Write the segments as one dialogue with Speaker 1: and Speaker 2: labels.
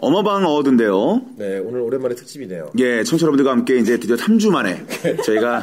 Speaker 1: 어마방한 어워드인데요.
Speaker 2: 네, 오늘 오랜만에 특집이네요.
Speaker 1: 예, 청취자 여러분들과 함께 이제 드디어 3주 만에 저희가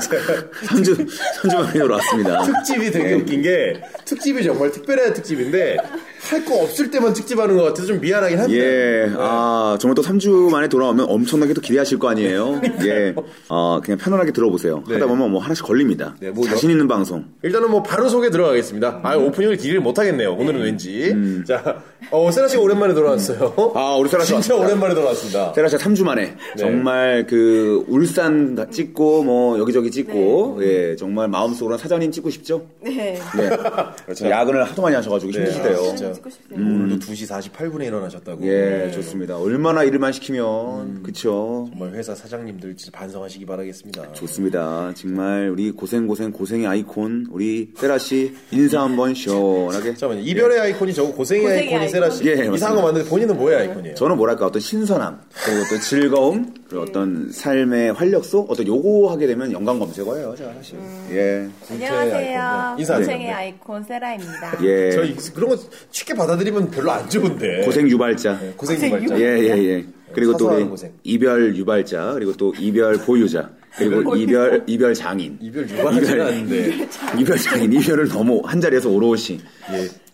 Speaker 1: 3주, 3주 만에 돌아왔습니다.
Speaker 2: 특집이
Speaker 1: 네.
Speaker 2: 되게 웃긴 게 특집이 정말 특별한 특집인데 할 거 없을 때만 특집하는 것 같아서 좀 미안하긴 한데.
Speaker 1: 예, 아, 정말 또 3주 만에 돌아오면 엄청나게 또 기대하실 거 아니에요? 예, 어, 그냥 편안하게 들어보세요. 하다 보면 뭐 하나씩 걸립니다.
Speaker 2: 네, 뭐
Speaker 1: 자신 있는 방송.
Speaker 2: 일단은 뭐 바로 소개 들어가겠습니다. 아, 오프닝을 길이를 못 하겠네요. 오늘은 왠지. 자, 어, 세라 씨 오랜만에 돌아왔어요.
Speaker 1: 음. 아, 우리 세라 씨
Speaker 2: 진짜
Speaker 1: 왔습니다. 네.
Speaker 2: 오랜만에 돌아왔습니다.
Speaker 1: 세라 씨가 3주 만에 정말 그 울산 다 찍고 뭐 여기저기 찍고 예, 정말 마음속으로 사장님 찍고 싶죠?
Speaker 3: 네.
Speaker 1: 네. 야근을 하도 많이 하셔가지고 힘드시대요.
Speaker 2: 아, 진짜.
Speaker 3: 사진 찍고 싶네요.
Speaker 2: 오늘도 2시 48분에 일어나셨다고.
Speaker 1: 예, 좋습니다. 얼마나 일만 시키면,
Speaker 2: 음.
Speaker 1: 그쵸.
Speaker 2: 정말 회사 사장님들 진짜 반성하시기 바라겠습니다.
Speaker 1: 좋습니다. 정말 우리 고생고생 고생의 아이콘, 우리 세라씨 인사 한번 시원하게.
Speaker 2: 잠깐만요. 이별의 아이콘이 저거 고생의,
Speaker 3: 고생의
Speaker 2: 아이콘이
Speaker 3: 아이콘.
Speaker 2: 세라 씨.
Speaker 1: 예,
Speaker 2: 이상한
Speaker 1: 맞습니다.
Speaker 2: 거 맞는데 본인은 뭐의 아이콘이에요?
Speaker 1: 저는 뭐랄까 어떤 신선함, 그리고 어떤 즐거움, 그리고 어떤 삶의 활력소, 어떤 요거 하게 되면 영광 검색어예요, 제가 사실.
Speaker 2: 음.
Speaker 1: 예.
Speaker 3: 안녕하세요.
Speaker 2: 아이콘. 인사 안
Speaker 3: 고생의
Speaker 2: 했는데.
Speaker 3: 아이콘 세라입니다.
Speaker 1: 예.
Speaker 2: 저 이- 그런 거 쉽게 받아들이면 별로 안 좋은데.
Speaker 1: 고생 유발자.
Speaker 2: 고생
Speaker 3: 고생
Speaker 2: 유발자.
Speaker 1: 예, 예, 예. 그리고 또
Speaker 2: 네. 사소한
Speaker 1: 우리
Speaker 2: 고생.
Speaker 1: 이별 유발자, 그리고 또 이별 보유자, 그리고 이별, 이별 장인.
Speaker 2: 이별 유발하지는 않는데.
Speaker 1: 이별 장인, 이별을 너무 한 자리에서 오롯이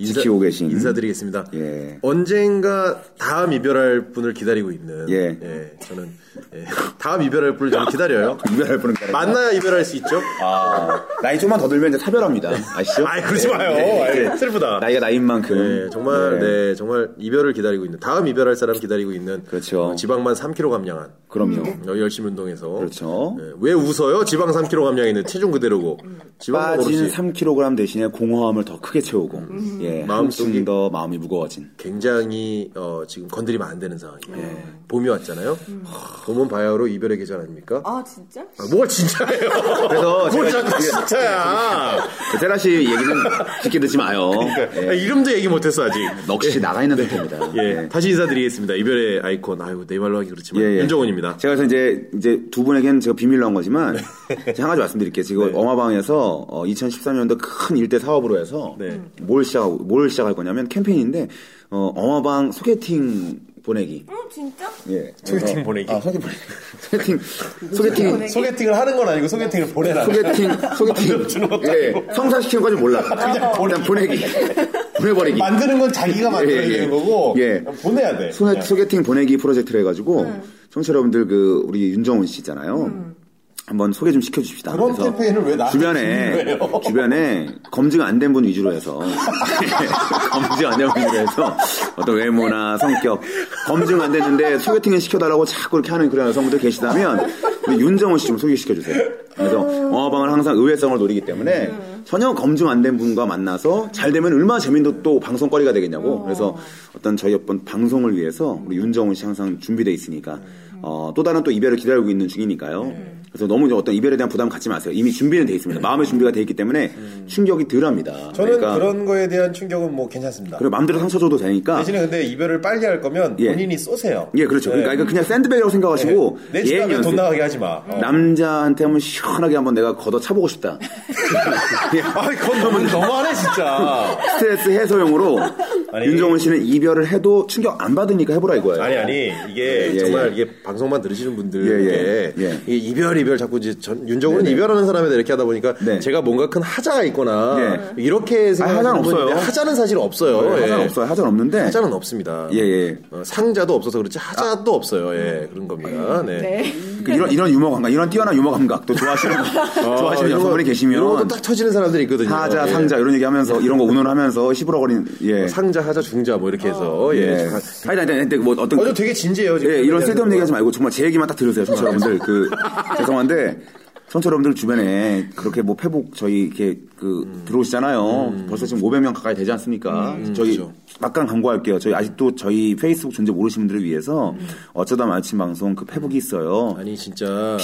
Speaker 1: 지키고 계신.
Speaker 2: 예. 인사드리겠습니다.
Speaker 1: 예.
Speaker 2: 언젠가 다음 이별할 분을 기다리고 있는.
Speaker 1: 예.
Speaker 2: 저는 예, 다음 이별할 분을 저는 기다려요.
Speaker 1: 이별할 분은 기다려요.
Speaker 2: 만나야 이별할 수 있죠.
Speaker 1: 아, 나이 좀만 더 들면 이제 사별합니다. 아시죠? 네,
Speaker 2: 아이, 그러지 마요. 아이, 슬프다.
Speaker 1: 나이가 나인 만큼.
Speaker 2: 네, 정말 네. 정말 이별을 기다리고 있는 다음 이별할 사람 기다리고 있는
Speaker 1: 그렇죠.
Speaker 2: 어, 지방만 3kg 감량한
Speaker 1: 그럼요.
Speaker 2: 어, 열심히 운동해서
Speaker 1: 그렇죠.
Speaker 2: 네, 왜 웃어요? 지방 3kg 감량에는 체중 그대로고 지방
Speaker 1: 빠진
Speaker 2: 오르지
Speaker 1: 3kg 대신에 공허함을 더 크게 채우고, 예,
Speaker 2: 마음속이-
Speaker 1: 한층 더 마음이 무거워진.
Speaker 2: 굉장히 어, 지금 건드리면 안 되는 상황이에요.
Speaker 1: 네.
Speaker 2: 봄이 왔잖아요.
Speaker 1: 음.
Speaker 2: 하, 봄은 바야흐로 이별의 계절 아닙니까?
Speaker 3: 아, 진짜?
Speaker 2: 아, 뭐가 진짜예요?
Speaker 1: 어, 그래서
Speaker 2: 뭘
Speaker 1: 제가
Speaker 2: 자꾸
Speaker 1: 지금-
Speaker 2: 진짜야?
Speaker 1: 세라 씨그 얘기는 깊게 듣지 마요.
Speaker 2: 아,
Speaker 1: 예,
Speaker 2: 이름도 얘기 못했어 아직.
Speaker 1: 넋이 나가 있는 상태입니다.
Speaker 2: 예, 다시 인사드리겠습니다. 이별의 아이콘. 아유 내 말로 하기 그렇지만
Speaker 1: 예, 예.
Speaker 2: 윤정훈입니다.
Speaker 1: 제가 그래서 이제 이제 두 분에겐 제가 비밀로 한 거지만
Speaker 2: 네.
Speaker 1: 제가 한 가지 말씀드릴게요. 지금 어마방에서 2013년도 큰 일대 사업으로 해서
Speaker 2: 네.
Speaker 1: 뭘 시작 뭘 시작할 거냐면 캠페인인데 어, 어마방 소개팅 보내기.
Speaker 3: 응, 어, 진짜?
Speaker 1: 예.
Speaker 2: 소개팅 보내기.
Speaker 1: 아, 소개팅 보내기. 소개팅 소개팅
Speaker 3: 보내기?
Speaker 2: 네. 소개팅을 하는 건 아니고 소개팅을 보내라.
Speaker 1: 소개팅 소개팅 예. 성사시키는 거까지 몰라. 그냥 보내기. 보내버리기.
Speaker 2: 만드는 건 자기가 만들어야
Speaker 1: 예, 예.
Speaker 2: 되는 거고
Speaker 1: 예.
Speaker 2: 보내야 돼.
Speaker 1: 소개, 소개팅 보내기 프로젝트를 해가지고 청취자 여러분들 그 우리 윤정훈 씨 있잖아요. 한번 소개 좀 시켜줍시다.
Speaker 2: 그런
Speaker 1: 그래서
Speaker 2: 캠페인을 왜 나한테 주는
Speaker 1: 주변에
Speaker 2: 거예요?
Speaker 1: 주변에 검증 안 된 분 위주로 해서 검증 안 된 분 위주로 해서 어떤 외모나 성격 검증 안 됐는데 소개팅을 시켜달라고 자꾸 이렇게 하는 그런 여성분들 계시다면 우리 윤정훈 씨 좀 소개시켜주세요. 그래서 어방은 항상 의외성을 노리기 때문에 전혀 검증 안 된 분과 만나서 잘 되면 얼마나 재미도 또 방송거리가 되겠냐고. 그래서 어떤 저희 어떤 방송을 위해서 우리 윤정훈 씨 항상 준비돼 있으니까 어, 또 다른 또 이별을 기다리고 있는 중이니까요.
Speaker 2: 네.
Speaker 1: 그래서 너무 이제 어떤 이별에 대한 부담 갖지 마세요. 이미 준비는 돼 있습니다. 마음의 준비가 돼 있기 때문에 충격이 덜합니다.
Speaker 2: 저는
Speaker 1: 그러니까
Speaker 2: 그런 거에 대한 충격은 뭐 괜찮습니다.
Speaker 1: 그리고 마음대로 상처 줘도 되니까.
Speaker 2: 대신에 근데 이별을 빨리 할 거면
Speaker 1: 예.
Speaker 2: 본인이 쏘세요.
Speaker 1: 예, 그렇죠. 그러니까 이거 그냥 샌드백이라고 생각하시고
Speaker 2: 네. 내 집에
Speaker 1: 예행
Speaker 2: 돈
Speaker 1: 연습.
Speaker 2: 나가게 하지 마. 어.
Speaker 1: 남자한테 한번 시원하게 한번 내가 걷어 차보고 싶다. 예.
Speaker 2: 아니 그건 너무 너무하네 진짜.
Speaker 1: 스트레스 해소용으로
Speaker 2: 아니.
Speaker 1: 윤정훈 씨는 이별을 해도 충격 안 받으니까 해보라 이거예요. 어,
Speaker 2: 아니 아니 이게
Speaker 1: 예,
Speaker 2: 정말
Speaker 1: 예.
Speaker 2: 이게 방송만 들으시는 분들에게
Speaker 1: 예, 예.
Speaker 2: 이게 이별 이별 자꾸 이제 전- 윤정훈은 이별하는 사람에 대해 이렇게 하다 보니까
Speaker 1: 네. 아,
Speaker 2: 제가 뭔가 큰 하자가 있거나 이렇게 생각하는 네,
Speaker 1: 하자는 없어요.
Speaker 2: 하자는 사실 없어요.
Speaker 1: 네, 하자는
Speaker 2: 예.
Speaker 1: 없어요. 하자는 없는데.
Speaker 2: 하자는 없습니다.
Speaker 1: 예, 예.
Speaker 2: 어, 상자도 없어서 그렇지 하자도 없어요. 예, 그런 겁니다. 네.
Speaker 1: 그러니까 이런 이런 유머 감각, 이런 뛰어난 유머 감각 또 좋아하시는
Speaker 2: 어,
Speaker 1: 좋아하시는 여성분이
Speaker 2: 이런 거- 이런 것도
Speaker 1: 계시면
Speaker 2: 딱 터지는 사람들이 있거든요.
Speaker 1: 하자,
Speaker 2: 예.
Speaker 1: 상자 이런 얘기하면서 이런 거 운운하면서 시부러거리는 예.
Speaker 2: 상자, 하자, 중자 뭐 이렇게 해서
Speaker 1: 예.
Speaker 2: 예.
Speaker 1: 아니, 아니, 아니, 근데 뭐 어떤
Speaker 2: 어저 되게 진지해요. 지금.
Speaker 1: 예, 이런 쓸데없는 얘기하지 말고 정말 제 얘기만 딱 들으세요, 청취 여러분들. 그 죄송한데 청취 여러분들 주변에 그렇게 뭐 페북 저희 이렇게 그 들어오시잖아요. 벌써 지금 500명 가까이 되지 않습니까? 저희 막간 광고할게요. 저희 아직도 저희 페이스북 존재 모르시는 분들을 위해서 어쩌다 마침 방송 그 페북이 있어요.
Speaker 2: 아니 진짜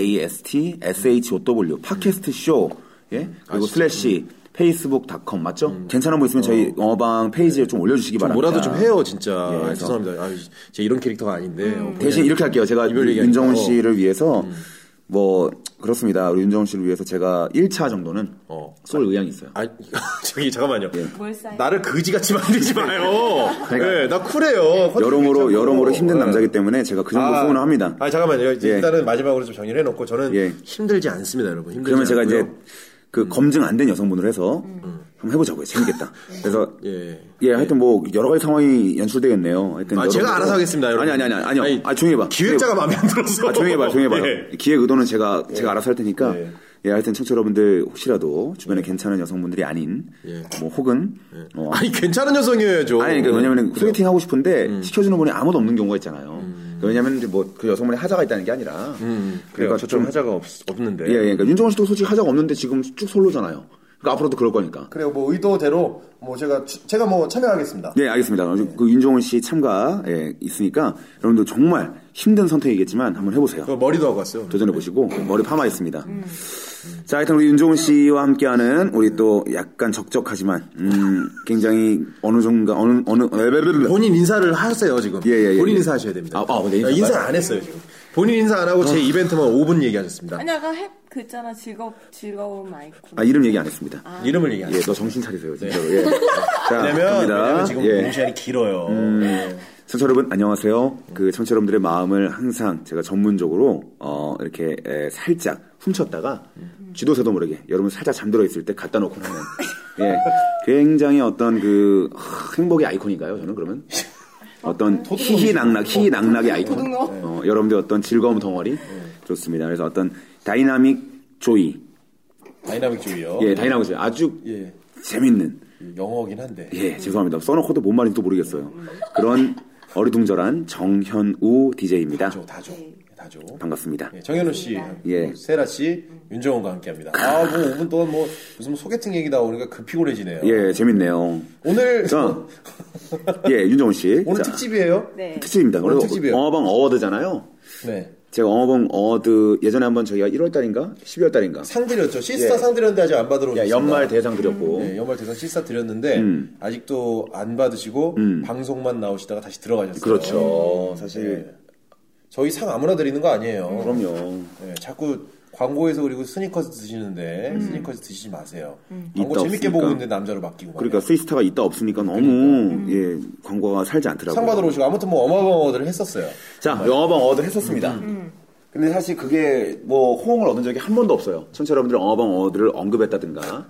Speaker 1: PODCAST SHOW 팟캐스트 쇼 예? 그리고 슬래시 페이스북닷컴 맞죠? 괜찮은 분 있으면 저희 어방 페이지에 좀 올려주시기
Speaker 2: 음. 좀
Speaker 1: 바랍니다.
Speaker 2: 뭐라도 좀 해요 진짜.
Speaker 1: 예,
Speaker 2: 아, 죄송합니다. 아, 제가 이런 캐릭터가 아닌데. 어,
Speaker 1: 대신 네, 이렇게 할게요. 제가
Speaker 2: 이별 얘기하니까.
Speaker 1: 윤정훈
Speaker 2: 어.
Speaker 1: 씨를 위해서 뭐 그렇습니다. 우리 윤정훈 씨를 위해서 제가 1차 정도는
Speaker 2: 어.
Speaker 1: 쏠 의향이 있어요.
Speaker 2: 아 저기 잠깐만요.
Speaker 1: 예.
Speaker 3: 뭘 쌓여?
Speaker 2: 나를 그지같이 만들지 마요.
Speaker 1: 그러니까
Speaker 2: 네, 나 쿨해요. 컨셉
Speaker 1: 여러모로
Speaker 2: 괜찮고.
Speaker 1: 여러모로 힘든
Speaker 2: 네.
Speaker 1: 남자이기 때문에 제가 그 정도
Speaker 2: 아,
Speaker 1: 소원을 합니다.
Speaker 2: 아 잠깐만요. 이제
Speaker 1: 예.
Speaker 2: 일단은 마지막으로 좀 정리를 해놓고 저는
Speaker 1: 예.
Speaker 2: 힘들지 않습니다, 여러분. 힘들지
Speaker 1: 그러면 제가
Speaker 2: 않고요. 음.
Speaker 1: 이제 그 검증 안 된 여성분을 해서 한번 해보자고요. 재밌겠다. 그래서
Speaker 2: 예.
Speaker 1: 예, 하여튼 뭐 여러 가지 상황이 연출되겠네요. 하여튼
Speaker 2: 아,
Speaker 1: 여러
Speaker 2: 제가
Speaker 1: 가지-
Speaker 2: 알아서 하겠습니다, 여러분.
Speaker 1: 아니 아니 아니 아니요.
Speaker 2: 아니,
Speaker 1: 아 조용히 해봐.
Speaker 2: 기획자가 마음에 안 들어서.
Speaker 1: 아, 조용히 해봐, 조용히 해봐.
Speaker 2: 예.
Speaker 1: 요 기획 의도는 제가, 제가 알아서 할 테니까.
Speaker 2: 예.
Speaker 1: 예. 하여튼 청취자 여러분들 혹시라도 주변에 괜찮은 여성분들이 아닌,
Speaker 2: 예.
Speaker 1: 뭐, 혹은, 어,
Speaker 2: 아니 음. 괜찮은 여성이어야죠.
Speaker 1: 아니, 그러니까 왜냐면 소개팅 하고 싶은데 시켜주는 분이 아무도 없는 경우가 있잖아요. 왜냐면 뭐 그 여성분이 하자가 있다는 게 아니라.
Speaker 2: 음. 그러니까
Speaker 1: 그러니까
Speaker 2: 저좀
Speaker 1: 좀
Speaker 2: 하자가 없, 없는데.
Speaker 1: 예, 예. 그러니까 윤정원 씨도 솔직히 하자가 없는데 지금 쭉 솔로잖아요. 그러니까 앞으로도 그럴 거니까.
Speaker 2: 그래요. 뭐 의도대로 뭐 제가 제가 뭐 참여하겠습니다.
Speaker 1: 네, 알겠습니다. 그 윤종훈 씨 참가 예, 있으니까 여러분들 정말 힘든 선택이겠지만 한번 해보세요.
Speaker 2: 그 머리도 하고 왔어요.
Speaker 1: 도전해 보시고 머리 파마했습니다. 자, 하여튼 우리 윤종훈 씨와 함께하는 우리 또 약간 적적하지만 음, 굉장히 어느 정도 어느 어느 레벨을
Speaker 2: 본인 인사를 하세요 지금.
Speaker 1: 예, 예, 예.
Speaker 2: 본인 인사하셔야 됩니다.
Speaker 1: 아, 아, 네, 인사가요? 아.
Speaker 2: 인사 안 했어요 지금. 본인 인사 안 하고 제 이벤트만 5분 얘기하셨습니다.
Speaker 3: 아니 아까 해, 그 있잖아 즐겁 즐거움 아이콘.
Speaker 1: 아 이름 얘기 안 했습니다.
Speaker 2: 이름을 얘기 안
Speaker 1: 예,
Speaker 2: 했어요.
Speaker 1: 너 정신 차리세요, 진짜로. 예. 자,
Speaker 2: 네. 왜냐면,
Speaker 1: 갑니다.
Speaker 2: 왜냐면 지금
Speaker 1: 예. 음.
Speaker 2: 공시간이 길어요.
Speaker 1: 청취자 여러분 안녕하세요. 그 청취자 여러분들의 마음을 항상 제가 전문적으로 어, 이렇게 에, 살짝 훔쳤다가 쥐도새도 모르게 여러분 살짝 잠들어 있을 때 갖다 놓고 하는 예, 굉장히 어떤 그 하, 행복의 아이콘인가요? 저는 그러면 어떤 희희낙락, 희희낙락의 아이콘. 어, 여러분들 어떤 즐거움 덩어리 좋습니다. 그래서 어떤 다이나믹 조이,
Speaker 2: 다이나믹 쪽이요.
Speaker 1: 예, 다이나믹 조이 아주
Speaker 2: 예.
Speaker 1: 재밌는
Speaker 2: 영어긴 한데.
Speaker 1: 예, 죄송합니다. 써놓고도 뭔 말인지 또 모르겠어요. 그런 어리둥절한 정현우 DJ입니다.
Speaker 2: 어, 다죠, 다죠. 다죠.
Speaker 1: 반갑습니다.
Speaker 2: 예, 정현우 씨,
Speaker 1: 예.
Speaker 2: 세라 씨, 윤정훈과 함께 합니다. 아, 뭐 5분 동안 뭐 무슨 소개팅 얘기 나오니까 급 피곤해지네요.
Speaker 1: 예, 재밌네요.
Speaker 2: 오늘
Speaker 1: 자, 예, 윤정훈 씨.
Speaker 2: 오늘
Speaker 1: 자,
Speaker 2: 특집이에요?
Speaker 3: 네.
Speaker 1: 입니다
Speaker 2: 오늘 특집이에요.
Speaker 1: 어방 어워드잖아요.
Speaker 2: 네.
Speaker 1: 제가 어방 어워드 예전에 한번 저희가 1월 달인가 12월 달인가
Speaker 2: 상 드렸죠. 시스타
Speaker 1: 예.
Speaker 2: 상 드렸는데 아직 안 받으러 오셨습니다.
Speaker 1: 연말 음. 대상 드렸고
Speaker 2: 네, 연말 대상 시스타 드렸는데 아직도 안 받으시고 방송만 나오시다가 다시 들어가셨어요.
Speaker 1: 음. 그렇죠.
Speaker 2: 예. 저희 상 아무나 드리는 거 아니에요.
Speaker 1: 그럼요.
Speaker 2: 예, 자꾸 광고에서 그리고 스니커즈 드시는데 스니커즈 드시지 마세요. 광고
Speaker 1: 음. 있다
Speaker 2: 재밌게
Speaker 1: 없으니까.
Speaker 2: 보고 있는데 남자로 바뀌고
Speaker 1: 그러니까
Speaker 2: 말이야.
Speaker 1: 스위스타가 있다 없으니까 너무 예 광고가 살지 않더라고요.
Speaker 2: 그러니까. 상 받으러 오시고 아무튼 뭐 어마어마들을 했었어요.
Speaker 1: 자,
Speaker 2: 네.
Speaker 1: 영어방 어워드 했었습니다.
Speaker 2: 음,
Speaker 1: 근데 사실 그게 뭐 호응을 얻은 적이 한 번도 없어요. 천체 여러분들이 영어방 어워드를 언급했다든가.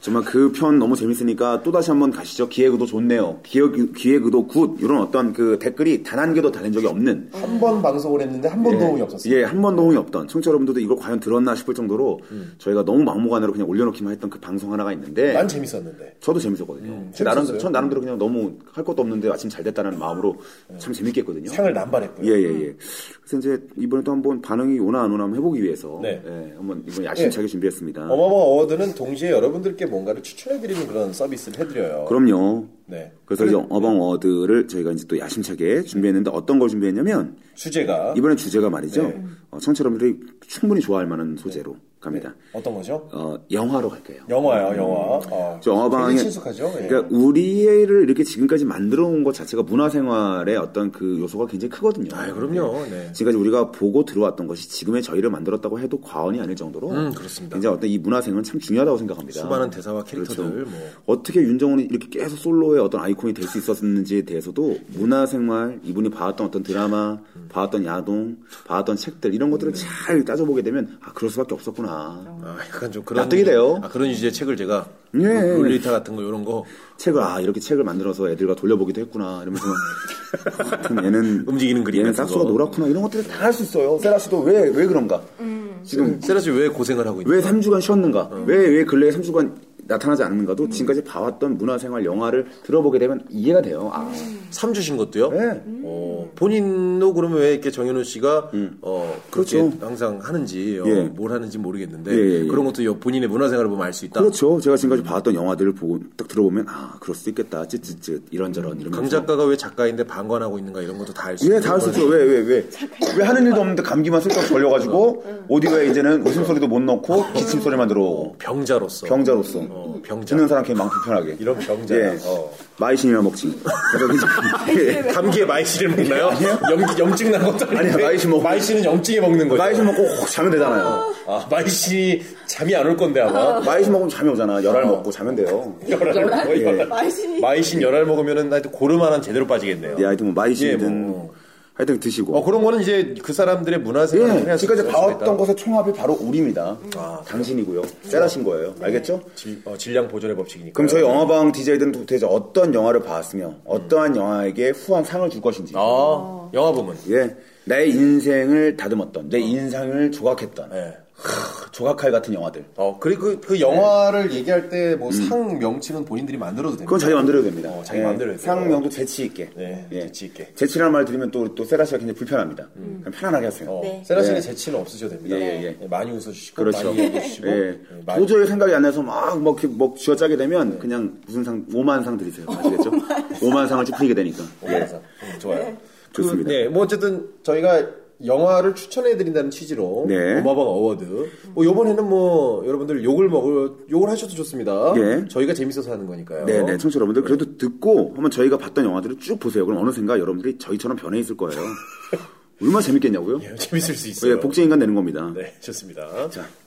Speaker 1: 정말 그 편 너무 재밌으니까 또 다시 한번 가시죠. 기획의도 좋네요. 기획, 기획의도 굿. 이런 어떤 그 댓글이 단 한 개도 달린 적이 없는.
Speaker 2: 한 번 방송을 했는데 한 번도 호응이 없었어요.
Speaker 1: 예, 한 번도 호응이 없던 청취자 여러분들도 이걸 과연 들었나 싶을 정도로
Speaker 2: 음.
Speaker 1: 저희가 너무 막무가내로 그냥 올려놓기만 했던 그 방송 하나가 있는데
Speaker 2: 난 재밌었는데.
Speaker 1: 저도 재밌었거든요. 제 나름,
Speaker 2: 음. 재밌었어요?
Speaker 1: 전 나름대로 그냥 너무 할 것도 없는데 마침 잘 됐다는 마음으로 참 재밌게 했거든요.
Speaker 2: 상을 남발했고요.
Speaker 1: 예, 예, 예. 그래서 이제 이번에 또 한번 반응이 오나 안 오나 한번 해보기 위해서
Speaker 2: 네.
Speaker 1: 예, 한번 이번 야심차게 준비했습니다.
Speaker 2: 어마어마 어워드는 동시에 여러분들께 뭔가를 추천해드리는 그런 서비스를 해드려요.
Speaker 1: 그럼요.
Speaker 2: 네.
Speaker 1: 그래서 이제 어방 어워드를 저희가 이제 또 야심차게 준비했는데 어떤 걸 준비했냐면
Speaker 2: 주제가
Speaker 1: 이번에 주제가 말이죠.
Speaker 2: 네.
Speaker 1: 어, 청취자 여러분들이 충분히 좋아할 만한 소재로 갑니다.
Speaker 2: 어떤 거죠?
Speaker 1: 어, 영화로 갈게요.
Speaker 2: 영화요, 영화. 어,
Speaker 1: 음. 저 어방에
Speaker 2: 굉장히 네. 친숙하죠. 예.
Speaker 1: 그러니까 우리를 이렇게 지금까지 만들어 온 것 자체가 문화생활의 어떤 그 요소가 굉장히 크거든요.
Speaker 2: 아, 그럼요. 네.
Speaker 1: 지금까지 우리가 보고 들어왔던 것이 지금의 저희를 만들었다고 해도 과언이 아닐 정도로
Speaker 2: 음, 그렇습니다.
Speaker 1: 굉장히 그렇죠. 어떤 이 문화생은 참 중요하다고 생각합니다.
Speaker 2: 수많은 대사와 캐릭터들, 뭐.
Speaker 1: 어떻게 윤정훈이 이렇게 계속 솔로의 어떤 아이콘이 될 수 있었는지에 대해서도 문화생활 이분이 봐왔던 어떤 드라마, 봐왔던 야동, 봐왔던 책들 이런 것들을 잘 따져보게 되면 아 그럴 수밖에 없었구나.
Speaker 2: 아, 약간 좀 그런.
Speaker 1: 납득이 돼요.
Speaker 2: 아, 그런 유지의 책을 제가.
Speaker 1: 예.
Speaker 2: 롤리타 같은 거, 이런 거.
Speaker 1: 책을 아 이렇게 책을 만들어서 애들과 돌려보기도 했구나 이러면서 막 그럼 얘는
Speaker 2: 움직이는 그림
Speaker 1: 얘는
Speaker 2: 같은
Speaker 1: 싹수가
Speaker 2: 거.
Speaker 1: 노랗구나 이런 것들을 다 할 수 있어요. 세라 씨도 왜 왜 그런가? 지금
Speaker 2: 세라 씨 왜 고생을 하고 있는지.
Speaker 1: 왜 3주간 쉬었는가?
Speaker 2: 어.
Speaker 1: 왜 왜 근래에 3주간 나타나지 않는가도
Speaker 2: 음.
Speaker 1: 지금까지 봐왔던 문화생활 영화를 들어보게 되면 이해가 돼요. 아,
Speaker 2: 3 주신 것도요?
Speaker 1: 네.
Speaker 2: 어, 본인도 그러면 왜 이렇게 정현우 씨가 어, 그렇게
Speaker 1: 음. 그렇죠.
Speaker 2: 항상 하는지, 어,
Speaker 1: 예.
Speaker 2: 뭘 하는지 모르겠는데.
Speaker 1: 예, 예, 예.
Speaker 2: 그런 것도 여- 본인의 문화생활을 보면 알 수 있다.
Speaker 1: 그렇죠. 제가 지금까지 봐왔던 영화들을 보고 딱 들어보면 아 그럴 수 있겠다. 찌찌찌 이런저런 이러면서.
Speaker 2: 강 작가가 왜 작가인데 반관하고 있는가 이런 것도 다 알 수 있다.
Speaker 1: 예, 다 할 수 있죠. 왜, 왜, 왜. 왜 하는 일도 없는데 감기만 슬쩍
Speaker 2: 어.
Speaker 1: 걸려가지고, 어. 오디오에 이제는 웃음소리도 못 넣고, 기침소리만 들어오고,
Speaker 2: 병자로서.
Speaker 1: 병자로서.
Speaker 3: 음.
Speaker 2: 어, 병자.
Speaker 1: 듣는 사람 굉장히 마음 불편하게.
Speaker 2: 이런 병자야.
Speaker 1: 예.
Speaker 2: 어.
Speaker 1: 마이신이나 먹지. 그래서 굉장히
Speaker 2: 감기에 마이씨를 먹나요? 염, 염증 난 것도 아닌데.
Speaker 1: 아니야, 마이씨 먹고.
Speaker 2: 마이씨는 염증에 먹는 거죠.
Speaker 1: 마이신 먹고 혹 자면 되잖아요.
Speaker 2: 아, 마이씨 잠이 안 올 건데 아마.
Speaker 1: 마이신 먹으면 잠이 오잖아. 열알
Speaker 2: 어.
Speaker 1: 먹고 자면 돼요.
Speaker 2: 열알 먹어, 열알.
Speaker 3: 마이신이
Speaker 2: 예. 마이신 열알 먹으면은 하여튼 고르만한 제대로 빠지겠네요.
Speaker 1: 예, 하여튼 뭐 마이신이든
Speaker 2: 예, 뭐.
Speaker 1: 하여튼 드시고.
Speaker 2: 어 그런 거는 이제 그 사람들의
Speaker 1: 예,
Speaker 2: 문화생활을 해야
Speaker 1: 지금까지 봐왔던 것의 총합이 바로
Speaker 2: 아,
Speaker 1: 우리입니다. 당신이고요. 세라신 거예요.
Speaker 2: 네.
Speaker 1: 알겠죠?
Speaker 2: 질, 어, 질량 보존의 법칙이니까.
Speaker 1: 그럼 저희 영화방 DJ들은 도대체 어떤 영화를 봤으며 어떠한 영화에게 후한 상을 줄 것인지.
Speaker 2: 음.
Speaker 3: 어.
Speaker 2: 아, 영화 보면
Speaker 1: 예. 나의 인생을 다듬었던,
Speaker 2: 아.
Speaker 1: 내 인상을 조각했던,
Speaker 2: 예.
Speaker 1: 크, 조각칼 같은 영화들.
Speaker 2: 어 그리고 그, 그 영화를 얘기할 때 뭐 상 명칭은 본인들이 만들어도 됩니다.
Speaker 1: 음. 그건 자기 마음대로 해도 됩니다. 예.
Speaker 2: 어, 자기 마음대로 해도 돼요.
Speaker 1: 상명도 재치 있게. 예.
Speaker 2: 네, 재치 있게.
Speaker 1: 재치라는 말 들으면 또, 또 세라 씨가 굉장히 불편합니다. 그냥 편안하게 하세요.
Speaker 2: 어,
Speaker 3: 네.
Speaker 2: 세라 씨는
Speaker 1: 예.
Speaker 2: 재치는 없으셔도 됩니다.
Speaker 1: 예, 예, 예.
Speaker 2: 많이 웃어주시고
Speaker 1: 그렇죠.
Speaker 2: 많이 얘기해주시고
Speaker 1: 예.
Speaker 2: 예, 많이
Speaker 1: 도저히 생각이 안 나서 막, 막, 이렇게 막 쥐어짜게 되면 그냥 무슨 상, 오만 상 드리세요. 아시겠죠? 오만 상을 찌푸리게 되니까. 예.
Speaker 2: 오면서. 음, 좋아요. 그,
Speaker 1: 좋습니다.
Speaker 2: 네, 뭐 어쨌든 저희가 영화를 추천해드린다는 취지로
Speaker 1: 네.
Speaker 2: 어마방 어워드. 뭐 이번에는 뭐 여러분들 욕을 먹을 욕을 하셔도 좋습니다.
Speaker 1: 네.
Speaker 2: 저희가 재밌어서 하는 거니까요.
Speaker 1: 네네, 청취자 여러분들. 그래도 듣고 한번 저희가 봤던 영화들을 쭉 보세요. 그럼 어느샌가 여러분들이 저희처럼 변해 있을 거예요. 얼마나 재밌겠냐고요?
Speaker 2: 예, 재밌을 수 있어요.
Speaker 1: 예, 복제인간 되는 겁니다.
Speaker 2: 네, 좋습니다.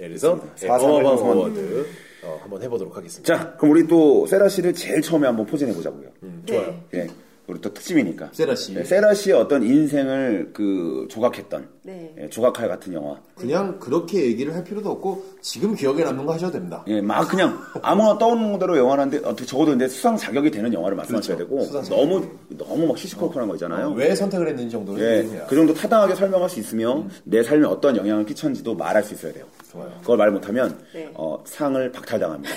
Speaker 2: 예, 그래서 예,
Speaker 1: 사상을
Speaker 2: 어마방
Speaker 1: 형성한-
Speaker 2: 어워드 어, 한번 해보도록 하겠습니다.
Speaker 1: 자, 그럼 우리 또 세라 씨를 제일 처음에 한번 포진해 보자고요.
Speaker 3: 네.
Speaker 2: 좋아요.
Speaker 1: 예. 우리 또 특집이니까.
Speaker 2: 음. 세라 씨.
Speaker 1: 예, 세라 씨의 어떤 인생을 그 조각했던
Speaker 3: 네.
Speaker 1: 예, 조각칼 같은 영화.
Speaker 2: 그냥 그렇게 얘기를 할 필요도 없고 지금 기억에 남는 거 하셔도 됩니다.
Speaker 1: 예, 막 그냥 아무나 떠오르는 대로 영화하는데 어떻게 적어도 근데 수상 자격이 되는 영화를 말씀하셔야 되고
Speaker 2: 그렇죠. 수상 자격.
Speaker 1: 너무 너무 막 시시콜콜한 거 있잖아요.
Speaker 2: 왜 선택을 했는지 정도는
Speaker 1: 예,
Speaker 2: 얘기해야.
Speaker 1: 그 정도 타당하게 설명할 수 있으며
Speaker 2: 음.
Speaker 1: 내 삶에 어떤 영향을 끼쳤는지도 말할 수 있어야 돼요. 그걸 말 못하면
Speaker 3: 네.
Speaker 1: 어, 상을 박탈당합니다.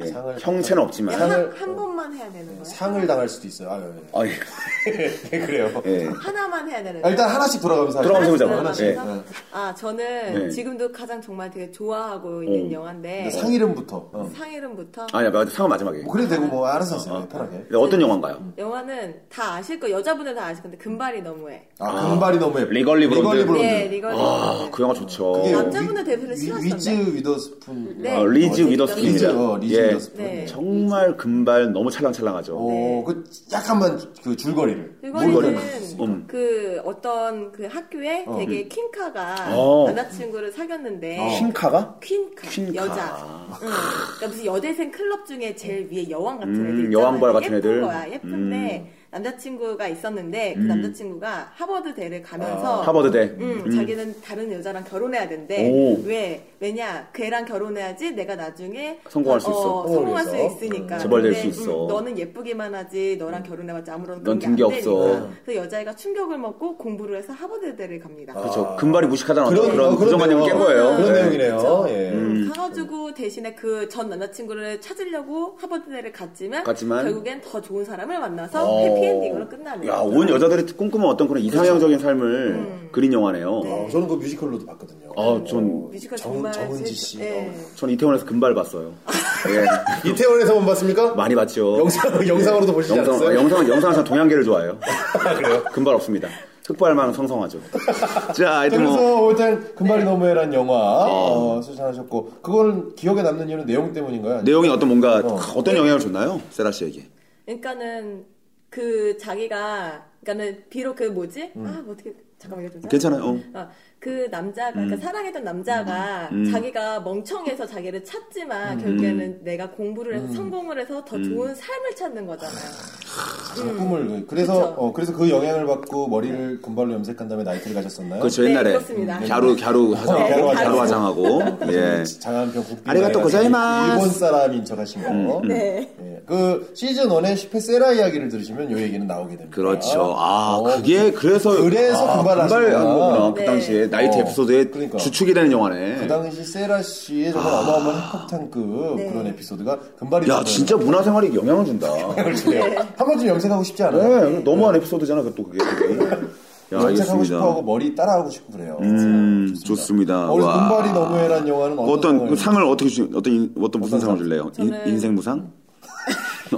Speaker 1: 예,
Speaker 2: 상을
Speaker 1: 형체는 없지만
Speaker 3: 한,
Speaker 2: 상을-
Speaker 3: 한 번만 해야 되는 거예요?
Speaker 2: 상을 당할 수도 있어요. 아, 예,
Speaker 1: 아, 예.
Speaker 2: 예. 예, 그래요.
Speaker 1: 예.
Speaker 3: 하나만 해야 되는
Speaker 2: 아,
Speaker 3: 거예요?
Speaker 2: 일단 하나씩 돌아가면서
Speaker 1: 돌아가면서
Speaker 2: 하죠.
Speaker 1: 보자고요.
Speaker 2: 하나씩.
Speaker 1: 예.
Speaker 2: 예.
Speaker 3: 아 저는
Speaker 1: 네.
Speaker 3: 지금도 가장 정말 되게
Speaker 2: 어.
Speaker 3: 좋아하고 있는 영화인데
Speaker 2: 상 이름부터. 어.
Speaker 3: 상 이름부터
Speaker 1: 아니야, 맞아, 상은 마지막에.
Speaker 2: 뭐 그래도 되고 뭐 알아서 하세요. 편하게.
Speaker 1: 근데 어떤 영화인가요?
Speaker 3: 영화는 다 아실 거예요. 여자분들 다 아실 건데 금발이 너무해.
Speaker 2: 아, 금발이 너무 예뻐.
Speaker 1: 리걸리 브론드.
Speaker 2: 리걸리 브론드.
Speaker 3: 네, 리걸리.
Speaker 1: 아, 그 영화 좋죠.
Speaker 2: 그게
Speaker 3: 남자분들
Speaker 2: 위-
Speaker 3: 대표를
Speaker 2: 위-
Speaker 3: 싫어하시던데.
Speaker 2: 위즈 위더스푼.
Speaker 3: 네.
Speaker 1: 어, 리즈
Speaker 3: 어,
Speaker 1: 위더스푼입니다.
Speaker 2: 리즈, 어, 리즈
Speaker 1: 예.
Speaker 2: 위더스푼.
Speaker 3: 네.
Speaker 1: 정말 금발 너무 찰랑찰랑하죠.
Speaker 2: 오, 그 약간만 그 줄거리를.
Speaker 3: 그거는
Speaker 1: 음.
Speaker 3: 그 어떤 그 학교에 되게 퀸카가
Speaker 1: 어.
Speaker 3: 남자친구를 사귀었는데
Speaker 1: 흰카가?
Speaker 3: 퀸카,
Speaker 1: 퀸카.
Speaker 3: 여자. 응. 그러니까 무슨 여대생 클럽 중에 제일 위에 여왕 같은
Speaker 1: 음,
Speaker 3: 애들 있잖아요.
Speaker 1: 여왕벌 같은
Speaker 3: 예쁜
Speaker 1: 애들. 음.
Speaker 3: 거야. 예쁜데 남자친구가 있었는데 그 남자친구가 하버드 대를 가면서
Speaker 1: 아, 하버드대.
Speaker 3: 음, 자기는 다른 여자랑 결혼해야 된대.
Speaker 1: 오.
Speaker 3: 왜? 왜냐? 걔랑 결혼해야지 내가 나중에
Speaker 1: 성공할 수
Speaker 3: 어,
Speaker 1: 있어.
Speaker 3: 어, 성공할 수
Speaker 2: 서울에서.
Speaker 3: 있으니까.
Speaker 1: 음, 재벌될
Speaker 3: 근데,
Speaker 1: 수 있어.
Speaker 3: 음, 너는 예쁘기만 하지. 너랑 결혼해봤자 아무런
Speaker 1: 넌
Speaker 3: 그런
Speaker 1: 든
Speaker 3: 게안
Speaker 1: 게 없어.
Speaker 3: 되니까. 그래서 여자애가 충격을 먹고 공부를 해서 하버드대를 갑니다.
Speaker 1: 그렇죠. 금발이 무식하다는 그런,
Speaker 2: 어,
Speaker 1: 그런 부정관념을 깬
Speaker 2: 내용.
Speaker 1: 거예요.
Speaker 2: 그런
Speaker 1: 네. 음.
Speaker 2: 내용이네요. 예.
Speaker 3: 음, 사가지고 대신에 그 전 남자친구를 찾으려고 하버드대를 갔지만,
Speaker 1: 갔지만
Speaker 3: 결국엔 더 좋은 사람을 만나서
Speaker 1: 어.
Speaker 3: 해피엔딩으로 끝나는
Speaker 1: 야,
Speaker 3: 거죠.
Speaker 1: 온 여자들이 꿈꾸는 어떤 그런 이상형적인 삶을
Speaker 3: 음.
Speaker 1: 그린 영화네요.
Speaker 2: 어, 저는 그 뮤지컬로도 봤거든요.
Speaker 1: 아, 전,
Speaker 3: 뮤지컬
Speaker 2: 정-
Speaker 3: 정말
Speaker 2: 정은지
Speaker 3: 제-
Speaker 2: 씨. 어.
Speaker 3: 예.
Speaker 1: 전 이태원에서 금발 봤어요. 예.
Speaker 2: 이태원에서만 봤습니까?
Speaker 1: 많이 봤죠.
Speaker 2: 영상, 영상으로도 보시지
Speaker 1: 네. 영상,
Speaker 2: 않았어요?
Speaker 1: 영상은, 영상은 전 동양계를 좋아해요. 그래요? 금발 없습니다. 흑발만 성성하죠. 자,
Speaker 2: 자,
Speaker 1: 하여튼 뭐. 네.
Speaker 2: 그래서 일단 금발이
Speaker 3: 네.
Speaker 2: 너무해란 영화 어, 수상하셨고 그거는 기억에 남는 이유는 내용 때문인가요?
Speaker 1: 내용이 어떤 뭔가, 어. 떤 영향을 줬나요? 세라 씨에게.
Speaker 3: 그러니까는 그 자기가 그러니까는 비록 그 뭐지? 아, 뭐 어떻게 잠깐만 이거 좀
Speaker 1: 괜찮아요. 어.
Speaker 3: 어, 그 남자가 그러니까 사랑했던 남자가 자기가 멍청해서 자기를 찾지만 결국에는 내가 공부를 해서 성공을 해서 더 좋은 삶을 찾는 거잖아요.
Speaker 2: 그 꿈을 그래서
Speaker 3: 그쵸.
Speaker 2: 어, 그래서 그 영향을 받고 머리를 금발로 염색한 다음에 나이트를 가셨었나요?
Speaker 1: 그렇죠.
Speaker 3: 네,
Speaker 1: 옛날에.
Speaker 3: 그렇습니다.
Speaker 1: 갸루, 갸루 화장.
Speaker 3: 네,
Speaker 1: 갸루,
Speaker 3: 갸루
Speaker 1: 화장하고. 예.
Speaker 2: 그 장한평 국빈
Speaker 1: 아리가또 고자이마스. 음,
Speaker 2: 일본 사람인 척하신 거.
Speaker 3: 네.
Speaker 2: 예, 그 시즌 1의 슈페 세라 이야기를 들으시면 요 얘기는 나오게 됩니다.
Speaker 1: 그렇죠. 아,
Speaker 2: 어,
Speaker 1: 그게, 그래서.
Speaker 2: 그래서
Speaker 1: 아,
Speaker 2: 금발을
Speaker 1: 금발
Speaker 2: 하시구나.
Speaker 1: 한 거구나. 그
Speaker 3: 네.
Speaker 1: 당시에. 나이트
Speaker 2: 어.
Speaker 1: 에피소드의
Speaker 2: 그러니까.
Speaker 1: 주축이 되는 영화네.
Speaker 2: 그 당시 세라 씨의 정말 어마어마한 핵폭탄급 그런 에피소드가 금발이
Speaker 1: 아. 야,
Speaker 2: 되는
Speaker 1: 진짜 문화생활에 영향을 준다.
Speaker 2: 영향을 주네요. 한 번쯤 염색하고 싶지 않아요?
Speaker 1: 네, 너무한 에피소드잖아, 그또 그게. 야,
Speaker 2: 염색하고
Speaker 1: 알겠습니다.
Speaker 2: 네. 싶어하고 머리 따라하고 싶고 그래요.
Speaker 1: 음, 좋습니다.
Speaker 2: 어, 그래서
Speaker 1: 와.
Speaker 2: 금발이 너무해란 영화는 어떤,
Speaker 1: 어떤 그
Speaker 2: 상황이에요?
Speaker 1: 상을 어떻게 주 어떤 인- 어떤 무슨 상을 줄래요? 인,
Speaker 3: 저는-
Speaker 1: 인생 무상?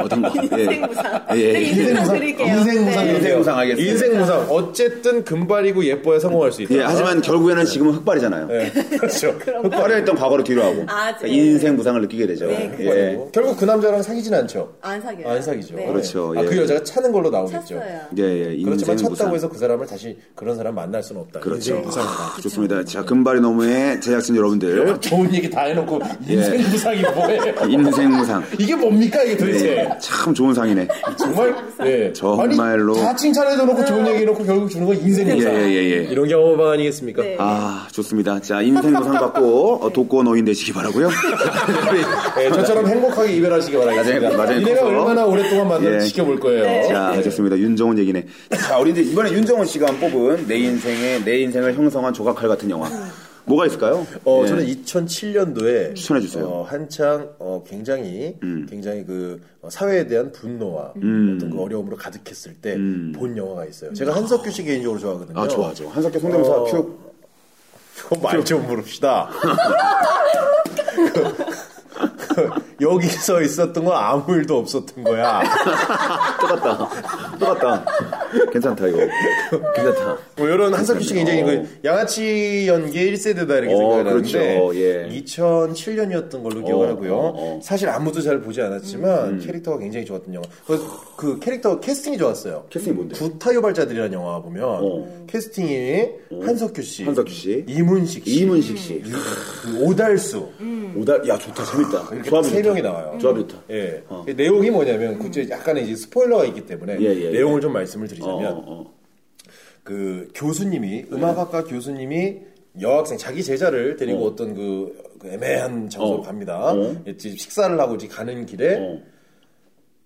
Speaker 1: 어떤 거?
Speaker 3: 인생무상.
Speaker 1: 예.
Speaker 3: 네, 인생무상 드릴게요.
Speaker 4: 인생무상
Speaker 3: 네.
Speaker 1: 인생 무상 알겠습니다.
Speaker 2: 인생 무상. 어쨌든 금발이고 예뻐야 성공할 수 있다.
Speaker 1: 예, 하지만 결국에는 지금은 흑발이잖아요.
Speaker 2: 네, 그렇죠.
Speaker 1: 화려했던 과거로 뒤로 하고
Speaker 3: 아, 네.
Speaker 1: 인생 무상을 느끼게 되죠.
Speaker 3: 네, 그거
Speaker 1: 예.
Speaker 2: 결국 그 남자랑 사귀진 않죠.
Speaker 3: 안 사귀어요.
Speaker 2: 아, 안 사귀죠.
Speaker 3: 네.
Speaker 1: 그렇죠.
Speaker 2: 아,
Speaker 1: 예.
Speaker 2: 그 여자가 차는 걸로 나오겠죠.
Speaker 3: 찼어요.
Speaker 1: 예, 예, 인생
Speaker 2: 그렇지만 찼다고
Speaker 1: 무상.
Speaker 2: 해서 그 사람을 다시 그런 사람 만날 수는 없다.
Speaker 1: 그렇죠.
Speaker 2: 인생 무상이다.
Speaker 1: 아, 좋습니다. 자, 금발의 너머의 제작진 여러분들.
Speaker 2: 좋은 얘기 다 해놓고
Speaker 1: 예.
Speaker 2: 인생 무상이 뭐예요?
Speaker 1: 인생 무상.
Speaker 2: 이게 뭡니까 이게 도대체?
Speaker 1: 예, 참 좋은 상이네.
Speaker 2: 정말 예.
Speaker 1: 정말로.
Speaker 2: 아니, 다 칭찬해도 놓고 좋은 얘기 해놓고 결국 주는 건 인생
Speaker 1: 예,
Speaker 2: 무상.
Speaker 1: 예, 예, 예.
Speaker 2: 이런 경험 방 아니겠습니까?
Speaker 3: 네.
Speaker 1: 아, 좋습니다. 자, 인생 무상 받고 어, 독고 노인 되시기 바라고요
Speaker 2: 예, 저처럼 행복하게 이별하시기 바라겠습니다.
Speaker 1: 나중에- 나중에
Speaker 2: 이래가
Speaker 1: 커서.
Speaker 2: 얼마나 오랫동안 만나
Speaker 1: 네, 예.
Speaker 2: 를 지켜볼 거예요.
Speaker 1: 자,
Speaker 2: 예.
Speaker 1: 좋습니다. 윤정훈 얘기네. 자, 우리 이제 이번에 윤정훈 씨가 뽑은 내 인생의 내 인생을 형성한 조각칼 같은 영화. 뭐가 있을까요?
Speaker 2: 어,
Speaker 1: 예.
Speaker 2: 저는 2007년도에
Speaker 1: 추천해주세요. 음.
Speaker 2: 한창 어, 굉장히 굉장히 그 어, 사회에 대한 분노와 어떤 그 어려움으로 가득했을 때 본 영화가 있어요. 제가 한석규 씨 개인적으로
Speaker 1: 음.
Speaker 2: 좋아하거든요.
Speaker 1: 아, 좋아하죠. 한석규 성대모사
Speaker 2: 어.
Speaker 1: 큐.
Speaker 2: 말좀 물읍시다. 그, 여기서 있었던 건 아무 일도 없었던 거야.
Speaker 1: 똑같다. 똑같다. 괜찮다, 이거. 괜찮다.
Speaker 2: 뭐 이런 한석규 씨 굉장히 그 양아치 연기 1세대다 이렇게
Speaker 1: 어,
Speaker 2: 생각하는데
Speaker 1: 그렇죠. 예.
Speaker 2: 2007년이었던 걸로 기억을 하고요.
Speaker 1: 어, 음, 어.
Speaker 2: 사실 아무도 잘 보지 않았지만 캐릭터가 굉장히 좋았던 영화. 그, 그 캐릭터 캐스팅이 좋았어요.
Speaker 1: 캐스팅이 뭔데? 어.
Speaker 2: 구타 유발자들이라는 영화 보면 캐스팅이 한석규 씨,
Speaker 1: 한석규 씨.
Speaker 2: 이문식 씨,
Speaker 1: 이문식 씨.
Speaker 2: 그 오달수
Speaker 1: 오달, 야, 좋다, 재밌다.
Speaker 2: 음. 아, 이렇게
Speaker 1: 조합이
Speaker 2: 세
Speaker 1: 좋다.
Speaker 2: 명이 나와요.
Speaker 1: 조합이 좋다.
Speaker 2: 예. 그 내용이 뭐냐면 구체 약간의 이제 스포일러가 있기 때문에
Speaker 1: 예, 예,
Speaker 2: 내용을 좀 말씀을 드리자면
Speaker 1: 어, 어.
Speaker 2: 그 교수님이 음악학과
Speaker 1: 네.
Speaker 2: 교수님이 여학생 자기 제자를 데리고 어. 떤그, 그 애매한 장소로
Speaker 1: 어.
Speaker 2: 갑니다.
Speaker 1: 어.
Speaker 2: 이제 식사를 하고 이제 가는 길에
Speaker 1: 어.